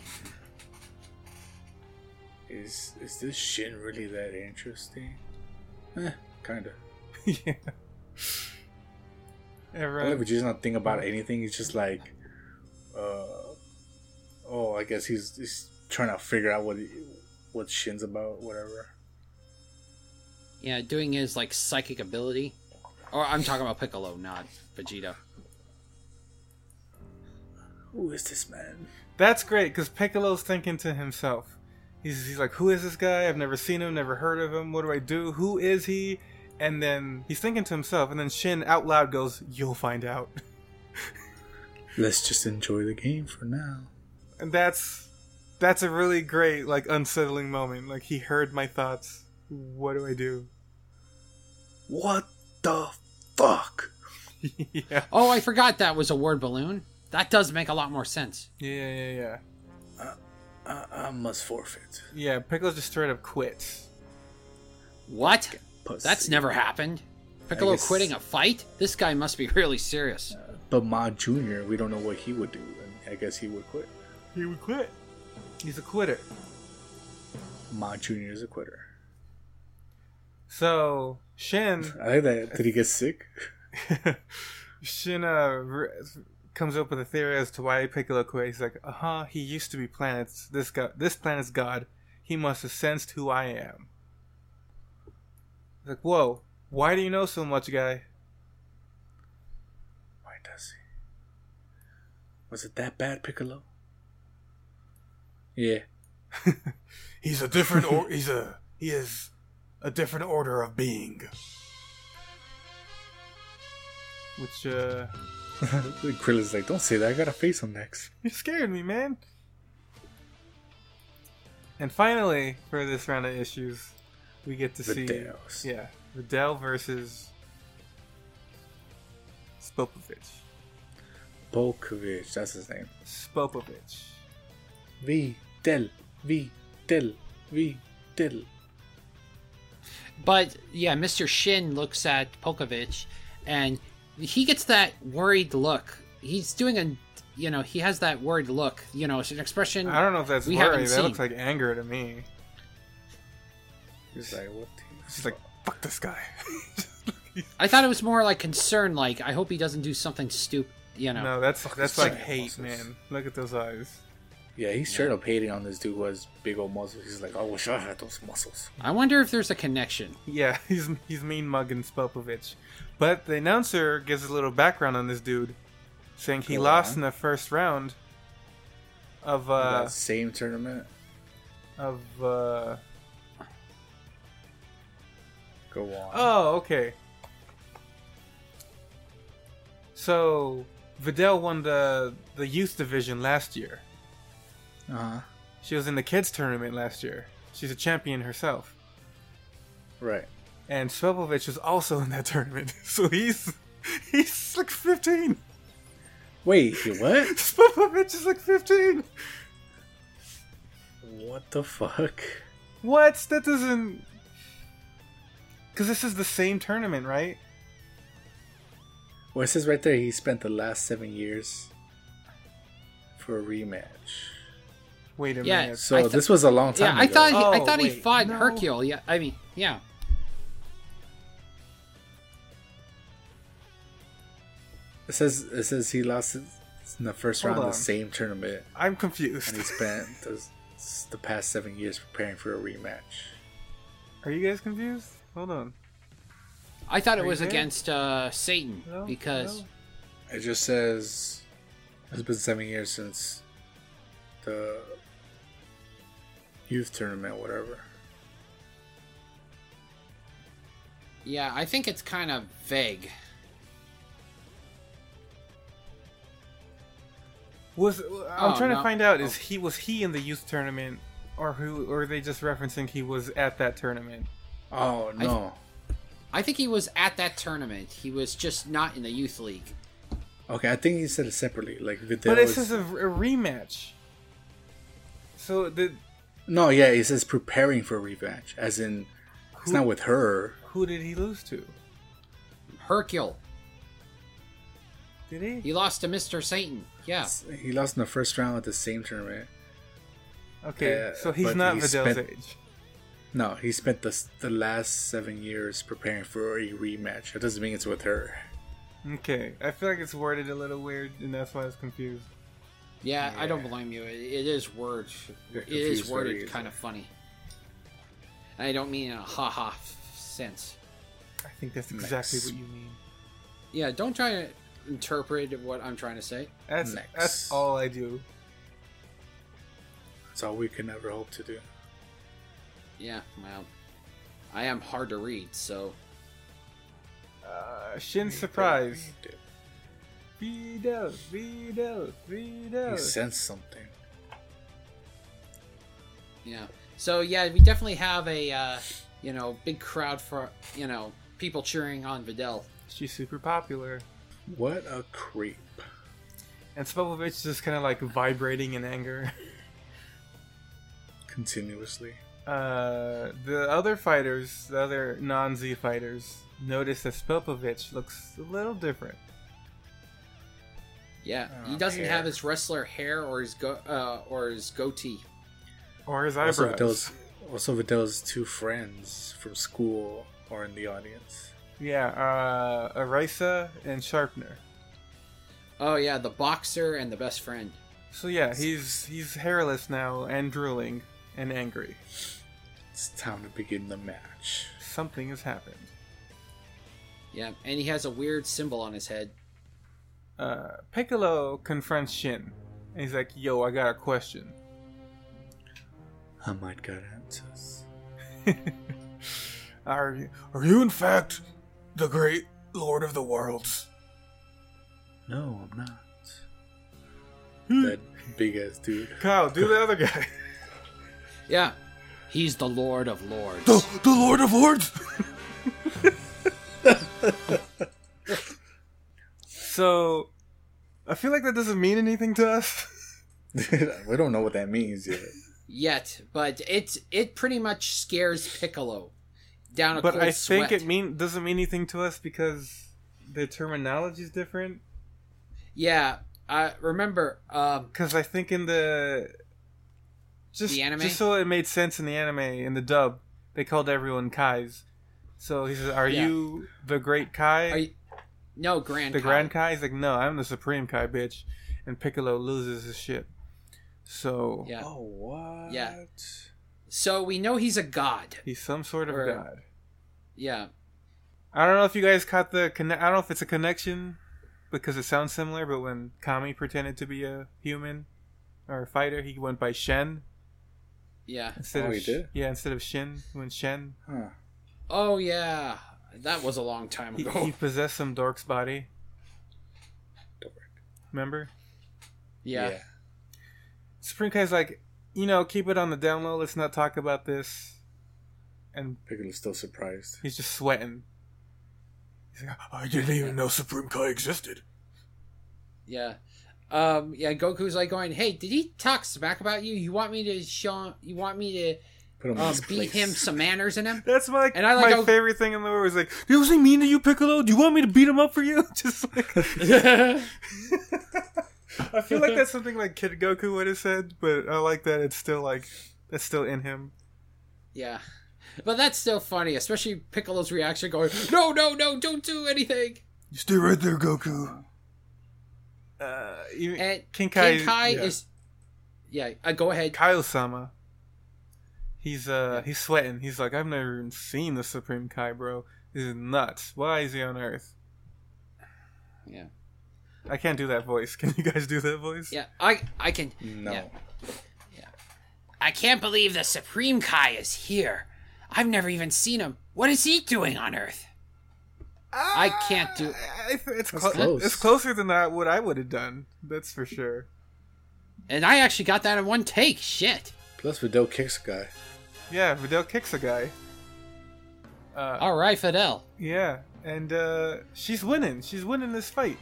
Speaker 3: Is is this shit really that interesting? Eh, kinda.
Speaker 1: yeah.
Speaker 3: I like
Speaker 1: Everyone,
Speaker 3: we just not think about anything. It's just like, uh, oh, I guess he's, he's trying to figure out what he, what Shin's about, whatever.
Speaker 2: Yeah, doing his like psychic ability. Or I'm talking about Piccolo, not Vegeta.
Speaker 3: Who is this man?
Speaker 1: that's great because Piccolo's thinking to himself. He's, he's like, "Who is this guy? I've never seen him, never heard of him. What do I do? Who is he?" And then he's thinking to himself, and then Shin out loud goes, "You'll find out."
Speaker 3: Let's just enjoy the game for now.
Speaker 1: And that's that's a really great like unsettling moment. Like he heard my thoughts. What do I do?
Speaker 3: What the fuck?
Speaker 1: yeah.
Speaker 2: Oh, I forgot that was a word balloon. That does make a lot more sense.
Speaker 1: Yeah, yeah, yeah.
Speaker 3: I, I must forfeit.
Speaker 1: Yeah, Piccolo just straight up quits.
Speaker 2: What?
Speaker 3: Pussy.
Speaker 2: That's never happened. Piccolo
Speaker 3: guess-
Speaker 2: quitting a fight? This guy must be really serious.
Speaker 3: But Ma Junior, we don't know what he would do. And I guess he would quit.
Speaker 1: He would quit. He's a quitter.
Speaker 3: Ma Junior is a quitter.
Speaker 1: So Shin,
Speaker 3: I like that. Did he get sick?
Speaker 1: Shin uh, r- comes up with a theory as to why Piccolo quit. He's like, "Uh huh. He used to be planets. This god, this planet's god. He must have sensed who I am." Like, whoa! Why do you know so much, guy?
Speaker 3: Why does he? Was it that bad, Piccolo? Yeah.
Speaker 1: He's a different. Or- he's a. He is a different order of being. Which uh,
Speaker 3: Krillin's like, don't say that. I got a face on um next.
Speaker 1: You scared me, man. And finally, for this round of issues, we get to
Speaker 3: Vidal's.
Speaker 1: see yeah, Vidal versus Spopovich.
Speaker 3: Bolkovich, that's his name.
Speaker 1: Spopovich.
Speaker 3: Videl, Videl, Videl.
Speaker 2: But yeah, Mr. Shin looks at Polkovich and he gets that worried look. He's doing a, you know, he has that worried look. You know, it's an expression.
Speaker 1: I don't know if that's
Speaker 2: We
Speaker 1: worry.
Speaker 2: haven't
Speaker 1: That
Speaker 2: seen.
Speaker 1: looks like anger to me.
Speaker 3: He's like, what?
Speaker 1: She's like, "Fuck this guy."
Speaker 2: I thought it was more like concern, like, I hope he doesn't do something stupid, you know.
Speaker 1: No, that's that's
Speaker 3: this
Speaker 1: like
Speaker 3: guy.
Speaker 1: hate, man. Look at those eyes.
Speaker 3: Yeah, he's straight up hating on this dude who has big old muscles. He's like, I wish I had those muscles.
Speaker 2: I wonder if there's a connection.
Speaker 1: Yeah, he's he's mean mugging Spopovich. But the announcer gives a little background on this dude, saying he
Speaker 3: Go
Speaker 1: lost
Speaker 3: on.
Speaker 1: in the first round of uh
Speaker 3: that same tournament.
Speaker 1: of uh
Speaker 3: Go on.
Speaker 1: Oh, okay. So Vidal won the the youth division last year.
Speaker 3: Uh-huh.
Speaker 1: She was in the kids tournament last year. She's a champion herself.
Speaker 3: Right.
Speaker 1: And Spopovich was also in that tournament. So he's He's like 15.
Speaker 3: Wait, what?
Speaker 1: Spud Puppet is like 15.
Speaker 3: what the fuck?
Speaker 1: What? That doesn't. Because this is the same tournament, right?
Speaker 3: Well, it says right there he spent the last seven years for a rematch.
Speaker 1: Wait a
Speaker 2: Yeah.
Speaker 1: minute.
Speaker 3: So
Speaker 2: I th-
Speaker 3: this was a long time
Speaker 2: Yeah,
Speaker 3: ago.
Speaker 2: I thought he, I
Speaker 1: Oh,
Speaker 2: thought he
Speaker 1: wait,
Speaker 2: fought
Speaker 1: no.
Speaker 2: Hercule. Yeah, I mean, yeah.
Speaker 3: It says it says he lost it in the first
Speaker 1: Hold
Speaker 3: round of
Speaker 1: on.
Speaker 3: the same tournament,
Speaker 1: I'm
Speaker 3: and
Speaker 1: confused.
Speaker 3: he spent the, the past seven years preparing for a rematch.
Speaker 1: Are you guys confused? Hold on.
Speaker 2: I thought it
Speaker 1: Are you
Speaker 2: was
Speaker 1: there?
Speaker 2: against uh, Satan
Speaker 1: No,
Speaker 2: because
Speaker 1: no.
Speaker 3: It just says it's been seven years since the youth tournament, whatever.
Speaker 2: yeah, I think it's kind of vague.
Speaker 1: Was I'm
Speaker 2: Oh,
Speaker 1: trying
Speaker 2: no.
Speaker 1: to find out is he was he in the youth tournament or who or are they just referencing he was at that tournament?
Speaker 3: Oh no.
Speaker 2: I think he was at that tournament. He was just not in the youth league.
Speaker 3: okay, I think he said it separately. Like Vidal
Speaker 1: but it
Speaker 3: was-
Speaker 1: says a, a rematch. So the
Speaker 3: no, yeah, it says preparing for revenge, as in it's
Speaker 1: Who-
Speaker 3: not with her.
Speaker 1: who did he lose to?
Speaker 2: Hercule.
Speaker 1: Did he?
Speaker 2: He lost to Mister Satan. Yeah.
Speaker 3: He lost in the first round at the same tournament.
Speaker 1: Okay,
Speaker 3: Uh,
Speaker 1: so he's
Speaker 3: but
Speaker 1: not
Speaker 3: he
Speaker 1: Vidal's
Speaker 3: spent-
Speaker 1: age.
Speaker 3: No, he spent the s- the last seven years preparing for a rematch. That doesn't mean it's with her.
Speaker 1: Okay, I feel like it's worded a little weird, and that's why I was confused.
Speaker 2: yeah, I don't
Speaker 3: Yeah.
Speaker 2: blame you. It, it is word.
Speaker 3: You're
Speaker 2: It is
Speaker 3: confused very
Speaker 2: worded
Speaker 3: easily.
Speaker 2: kind of funny. And I don't mean in a ha ha f- sense.
Speaker 1: I think that's exactly
Speaker 3: Nice.
Speaker 1: what you mean.
Speaker 2: Yeah, don't try to interpret what I'm trying to say.
Speaker 1: That's
Speaker 3: Nice.
Speaker 1: that's all I do.
Speaker 3: That's all we can ever hope to do.
Speaker 2: Yeah, well, I am hard to read, so
Speaker 1: Uh, Shin surprise. Vidal, Vidal,
Speaker 3: He
Speaker 1: Vidal.
Speaker 3: sensed something.
Speaker 2: yeah. So yeah, we definitely have a uh, you know big crowd for you know people cheering on Videl.
Speaker 1: She's super popular.
Speaker 3: What a creep.
Speaker 1: And Spubblebitch is just kind of like vibrating in anger.
Speaker 3: Continuously.
Speaker 1: Uh, the other fighters, the other non Z fighters, notice that Spubblebitch looks a little different.
Speaker 2: Yeah, he
Speaker 3: Oh,
Speaker 2: doesn't have
Speaker 3: hair.
Speaker 2: his wrestler hair or his go uh, or his goatee.
Speaker 1: Or his
Speaker 3: Also
Speaker 1: eyebrows.
Speaker 3: Vidal's, also Vidal's two friends from school are in the audience.
Speaker 1: Yeah, uh, Arisa and Sharpener.
Speaker 2: Oh yeah, the boxer and the best friend.
Speaker 1: So yeah, he's he's hairless now and drooling and angry.
Speaker 3: It's time to begin the match.
Speaker 1: Something has happened.
Speaker 2: Yeah, and he has a weird symbol on his head.
Speaker 1: Uh, Piccolo confronts Shin, and he's like, "Yo, I got a question."
Speaker 3: I might got answers.
Speaker 1: Are you-
Speaker 5: Are you, in fact, the great lord of the worlds?
Speaker 3: No, I'm not.
Speaker 1: Hmm.
Speaker 3: that big ass dude.
Speaker 1: Kyle, do the other guy.
Speaker 2: Yeah, he's the Lord of Lords.
Speaker 5: the lord of lords?
Speaker 1: so, I feel like that doesn't mean anything to us.
Speaker 3: we don't know what that means yet.
Speaker 2: Yet, but it's it pretty much scares Piccolo down a
Speaker 1: but
Speaker 2: cold
Speaker 1: I
Speaker 2: sweat.
Speaker 1: think it mean doesn't mean anything to us because the terminology is different.
Speaker 2: Yeah, I remember. Um,
Speaker 1: Because I think in the just
Speaker 2: The anime?
Speaker 1: just so it made sense in the anime in the dub, they called everyone Kai's. So he says, "Are
Speaker 2: Yeah.
Speaker 1: you the great Kai?"
Speaker 2: are you, no Grand.
Speaker 1: the
Speaker 2: Kai.
Speaker 1: Grand Kai. He's like, "No, I'm the Supreme Kai, bitch." And Piccolo loses his shit. So
Speaker 2: Yeah.
Speaker 3: Oh, what?
Speaker 2: Yeah. So we know he's a god.
Speaker 1: he's some sort of
Speaker 2: Or-
Speaker 1: god.
Speaker 2: Yeah.
Speaker 1: I don't know if you guys caught the conne- I don't know if it's a connection because it sounds similar, but when Kami pretended to be a human or a fighter, he went by Shen
Speaker 2: Yeah.
Speaker 1: instead
Speaker 3: Oh,
Speaker 1: of
Speaker 3: he
Speaker 1: Sh-
Speaker 3: did?
Speaker 1: yeah instead of Shin. When Shen
Speaker 3: Huh.
Speaker 2: Oh yeah. That was a long time
Speaker 1: He,
Speaker 2: ago.
Speaker 1: he possessed some dork's body.
Speaker 3: Dork.
Speaker 1: Remember?
Speaker 2: yeah.
Speaker 1: Supreme Kai's like, you know, keep it on the down low. Let's not talk about this. And
Speaker 3: Piccolo's still surprised.
Speaker 1: he's just sweating.
Speaker 5: He's like, I didn't even know Supreme Kai existed.
Speaker 2: Yeah. Um, yeah, Goku's like going, "Hey, did he talk smack about you? You want me to show? You want me
Speaker 3: Put him
Speaker 2: to
Speaker 3: in
Speaker 2: um,
Speaker 3: his
Speaker 2: beat
Speaker 3: place.
Speaker 2: him some manners in him?"
Speaker 1: That's my
Speaker 2: And I like
Speaker 1: my
Speaker 2: how-
Speaker 1: favorite thing in the world. Is like, "Do you was he mean to you, Piccolo? Do you want me to beat him up for you?" Just like I feel like that's something like Kid Goku would have said, but I like that it's still like it's still in him.
Speaker 2: yeah, but that's still funny, especially Piccolo's reaction going, "No, no, no, don't do anything."
Speaker 5: You stay right there, Goku.
Speaker 1: Uh, even,
Speaker 2: And
Speaker 1: King Kai,
Speaker 2: Kai, Kai
Speaker 1: yeah.
Speaker 2: is, yeah, uh, go ahead.
Speaker 1: Kyle Sama. He's uh he's sweating. He's like, I've never even seen the Supreme Kai, bro. This is nuts. Why is he on Earth?
Speaker 2: Yeah.
Speaker 1: I can't do that voice. Can you guys do that voice?
Speaker 2: Yeah, I, I can,
Speaker 3: No.
Speaker 2: Yeah. I can't believe the Supreme Kai is here. I've never even seen him. What is he doing on Earth? I can't do.
Speaker 1: I- I- it's, clo-
Speaker 3: close.
Speaker 1: it's closer than that what I would have done. That's for sure.
Speaker 2: And I actually got that in one take. Shit.
Speaker 3: Plus, Videl kicks a guy.
Speaker 1: Yeah, Videl kicks a guy. Uh,
Speaker 2: All right, Fidel.
Speaker 1: yeah, and uh, she's winning. She's winning this fight.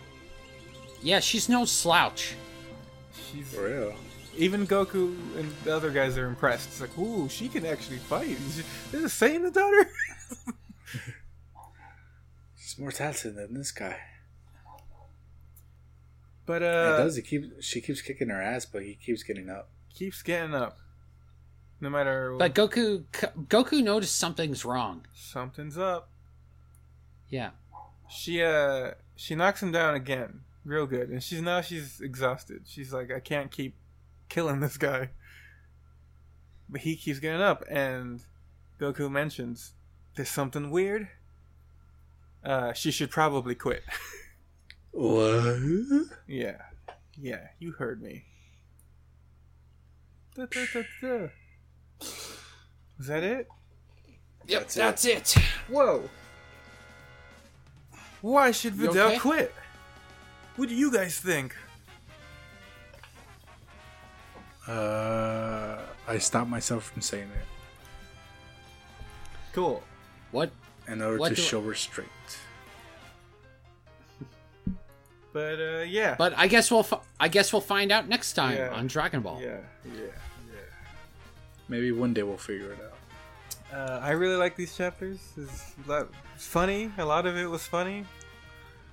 Speaker 2: Yeah, she's no slouch.
Speaker 1: She's
Speaker 3: For real.
Speaker 1: even Goku and the other guys are impressed. It's like, ooh, she can actually fight. Is she- Is it saying the daughter?
Speaker 3: She's more talented than this guy.
Speaker 1: But
Speaker 3: it
Speaker 1: uh,
Speaker 3: does. He keep, she keeps kicking her ass, but he keeps getting up.
Speaker 1: keeps getting up. No matter
Speaker 2: But Goku, Goku noticed something's wrong.
Speaker 1: something's up.
Speaker 2: Yeah.
Speaker 1: She uh, she knocks him down again, real good. And she's now she's exhausted. She's like, I can't keep killing this guy. But he keeps getting up, and Goku mentions there's something weird. Uh, she should probably quit.
Speaker 3: What?
Speaker 1: Yeah. Yeah, you heard me. Da, da, da, da. Was that it?
Speaker 2: Yep,
Speaker 3: That's
Speaker 2: that's,
Speaker 3: it.
Speaker 2: it.
Speaker 1: Whoa. Why should
Speaker 2: You
Speaker 1: Videl
Speaker 2: okay?
Speaker 1: quit? What do you guys think?
Speaker 3: Uh, I stopped myself from saying it
Speaker 1: Cool.
Speaker 2: What?
Speaker 3: in order
Speaker 2: What
Speaker 3: to
Speaker 2: do I-
Speaker 3: show restraint.
Speaker 1: But uh yeah.
Speaker 2: But I guess we'll, fi- I guess we'll find out next time
Speaker 1: Yeah.
Speaker 2: on Dragon Ball.
Speaker 1: yeah.
Speaker 3: Maybe one day we'll figure it out.
Speaker 1: Uh, I really like these chapters. It's, a lot, it's funny. A lot of it was funny.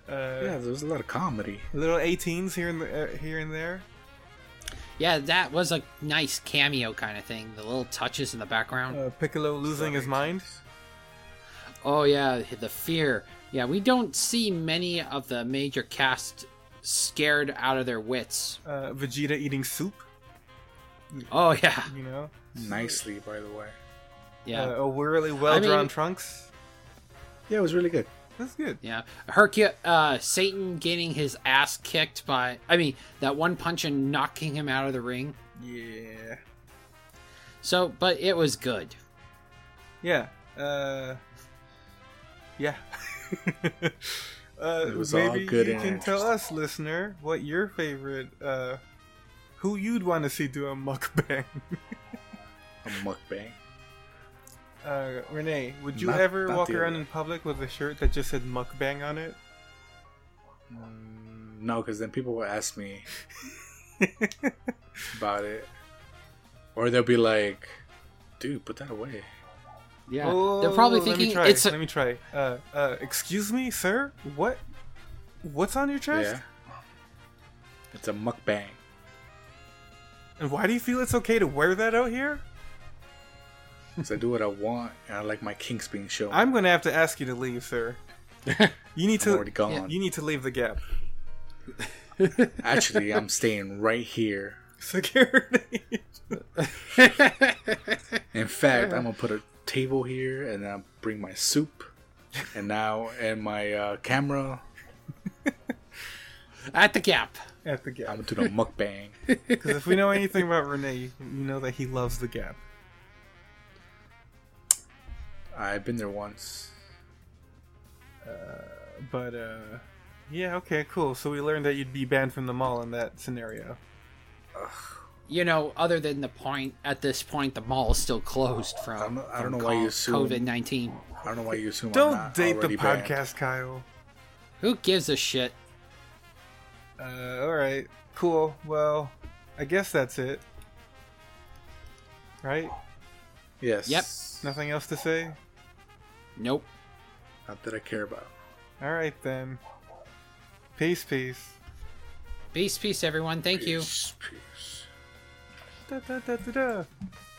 Speaker 1: Uh,
Speaker 3: Yeah, there was a lot of comedy.
Speaker 1: Little 18s here and the, uh, here and there.
Speaker 2: Yeah, that was a nice cameo kind of thing. The little touches in the background.
Speaker 1: Uh, Piccolo losing his mind.
Speaker 2: Oh yeah, the fear. Yeah, we don't see many of the major cast scared out of their wits.
Speaker 1: Uh, Vegeta eating soup.
Speaker 2: Oh yeah,
Speaker 1: You know.
Speaker 3: Nicely, by the way.
Speaker 2: yeah,
Speaker 1: uh, a really well drawn
Speaker 2: I mean-
Speaker 1: trunks.
Speaker 3: Yeah, it was really good.
Speaker 1: That's good.
Speaker 2: yeah. Hercule, uh, Satan getting his ass kicked by. I mean, that one punch and knocking him out of the ring.
Speaker 1: Yeah.
Speaker 2: So, but it was good.
Speaker 1: Yeah. Uh, yeah. uh,
Speaker 3: It was all
Speaker 1: maybe
Speaker 3: good
Speaker 1: you
Speaker 3: and
Speaker 1: can tell
Speaker 3: interesting.
Speaker 1: us, listener, what your favorite, uh, who you'd want to see do a mukbang.
Speaker 3: A mukbang.
Speaker 1: Uh, Renee, would you
Speaker 3: Not-
Speaker 1: ever
Speaker 3: not
Speaker 1: walk
Speaker 3: the
Speaker 1: around
Speaker 3: other.
Speaker 1: in public with a shirt that just said mukbang on it?
Speaker 3: Mm, no, because then people will ask me about it, or they'll be like, "Dude, put that away."
Speaker 2: Yeah, Uh, they're probably
Speaker 1: Oh, Let
Speaker 2: thinking
Speaker 1: me try.
Speaker 2: it's.
Speaker 1: Let
Speaker 2: A,
Speaker 1: me try. Uh, uh, excuse me, sir. What? What's on your chest?
Speaker 3: Yeah, it's a mukbang.
Speaker 1: And why do you feel it's okay to wear that out here?
Speaker 3: Cause I do what I want, and I like my kinks being shown.
Speaker 1: I'm gonna have to ask you to leave, sir. You need
Speaker 3: I'm
Speaker 1: to
Speaker 3: already gone.
Speaker 1: You need to leave the gap.
Speaker 3: Actually, I'm staying right here.
Speaker 1: Security.
Speaker 3: In fact, I'm gonna put a table here, and I'll bring my soup, and now and my uh, camera.
Speaker 2: at the gap.
Speaker 1: At the
Speaker 3: I'm
Speaker 1: gap.
Speaker 3: gonna do the mukbang.
Speaker 1: Because if we know anything about Renee, you you know that he loves the gap.
Speaker 3: I've been there once.
Speaker 1: But uh yeah, okay, cool. So we learned that you'd be banned from the mall in that scenario.
Speaker 2: You know, other than the point at this point, the mall is still closed from.
Speaker 3: I don't know- I
Speaker 2: from
Speaker 3: don't know why you
Speaker 2: COVID
Speaker 3: assume-
Speaker 2: nineteen.
Speaker 3: I don't know why you assume. I'm
Speaker 1: Don't
Speaker 3: not
Speaker 1: date the
Speaker 3: already banned.
Speaker 1: podcast, Kyle.
Speaker 2: Who gives a shit?
Speaker 1: Uh, all right, cool. Well, I guess that's it. Right?
Speaker 3: Yes.
Speaker 2: Yep.
Speaker 1: Nothing else to say.
Speaker 2: Nope.
Speaker 3: Not that I care about.
Speaker 1: All right then. Peace, peace.
Speaker 2: Peace, peace, everyone. Thank you.
Speaker 3: Peace, peace.
Speaker 1: Da, da, da, da, da.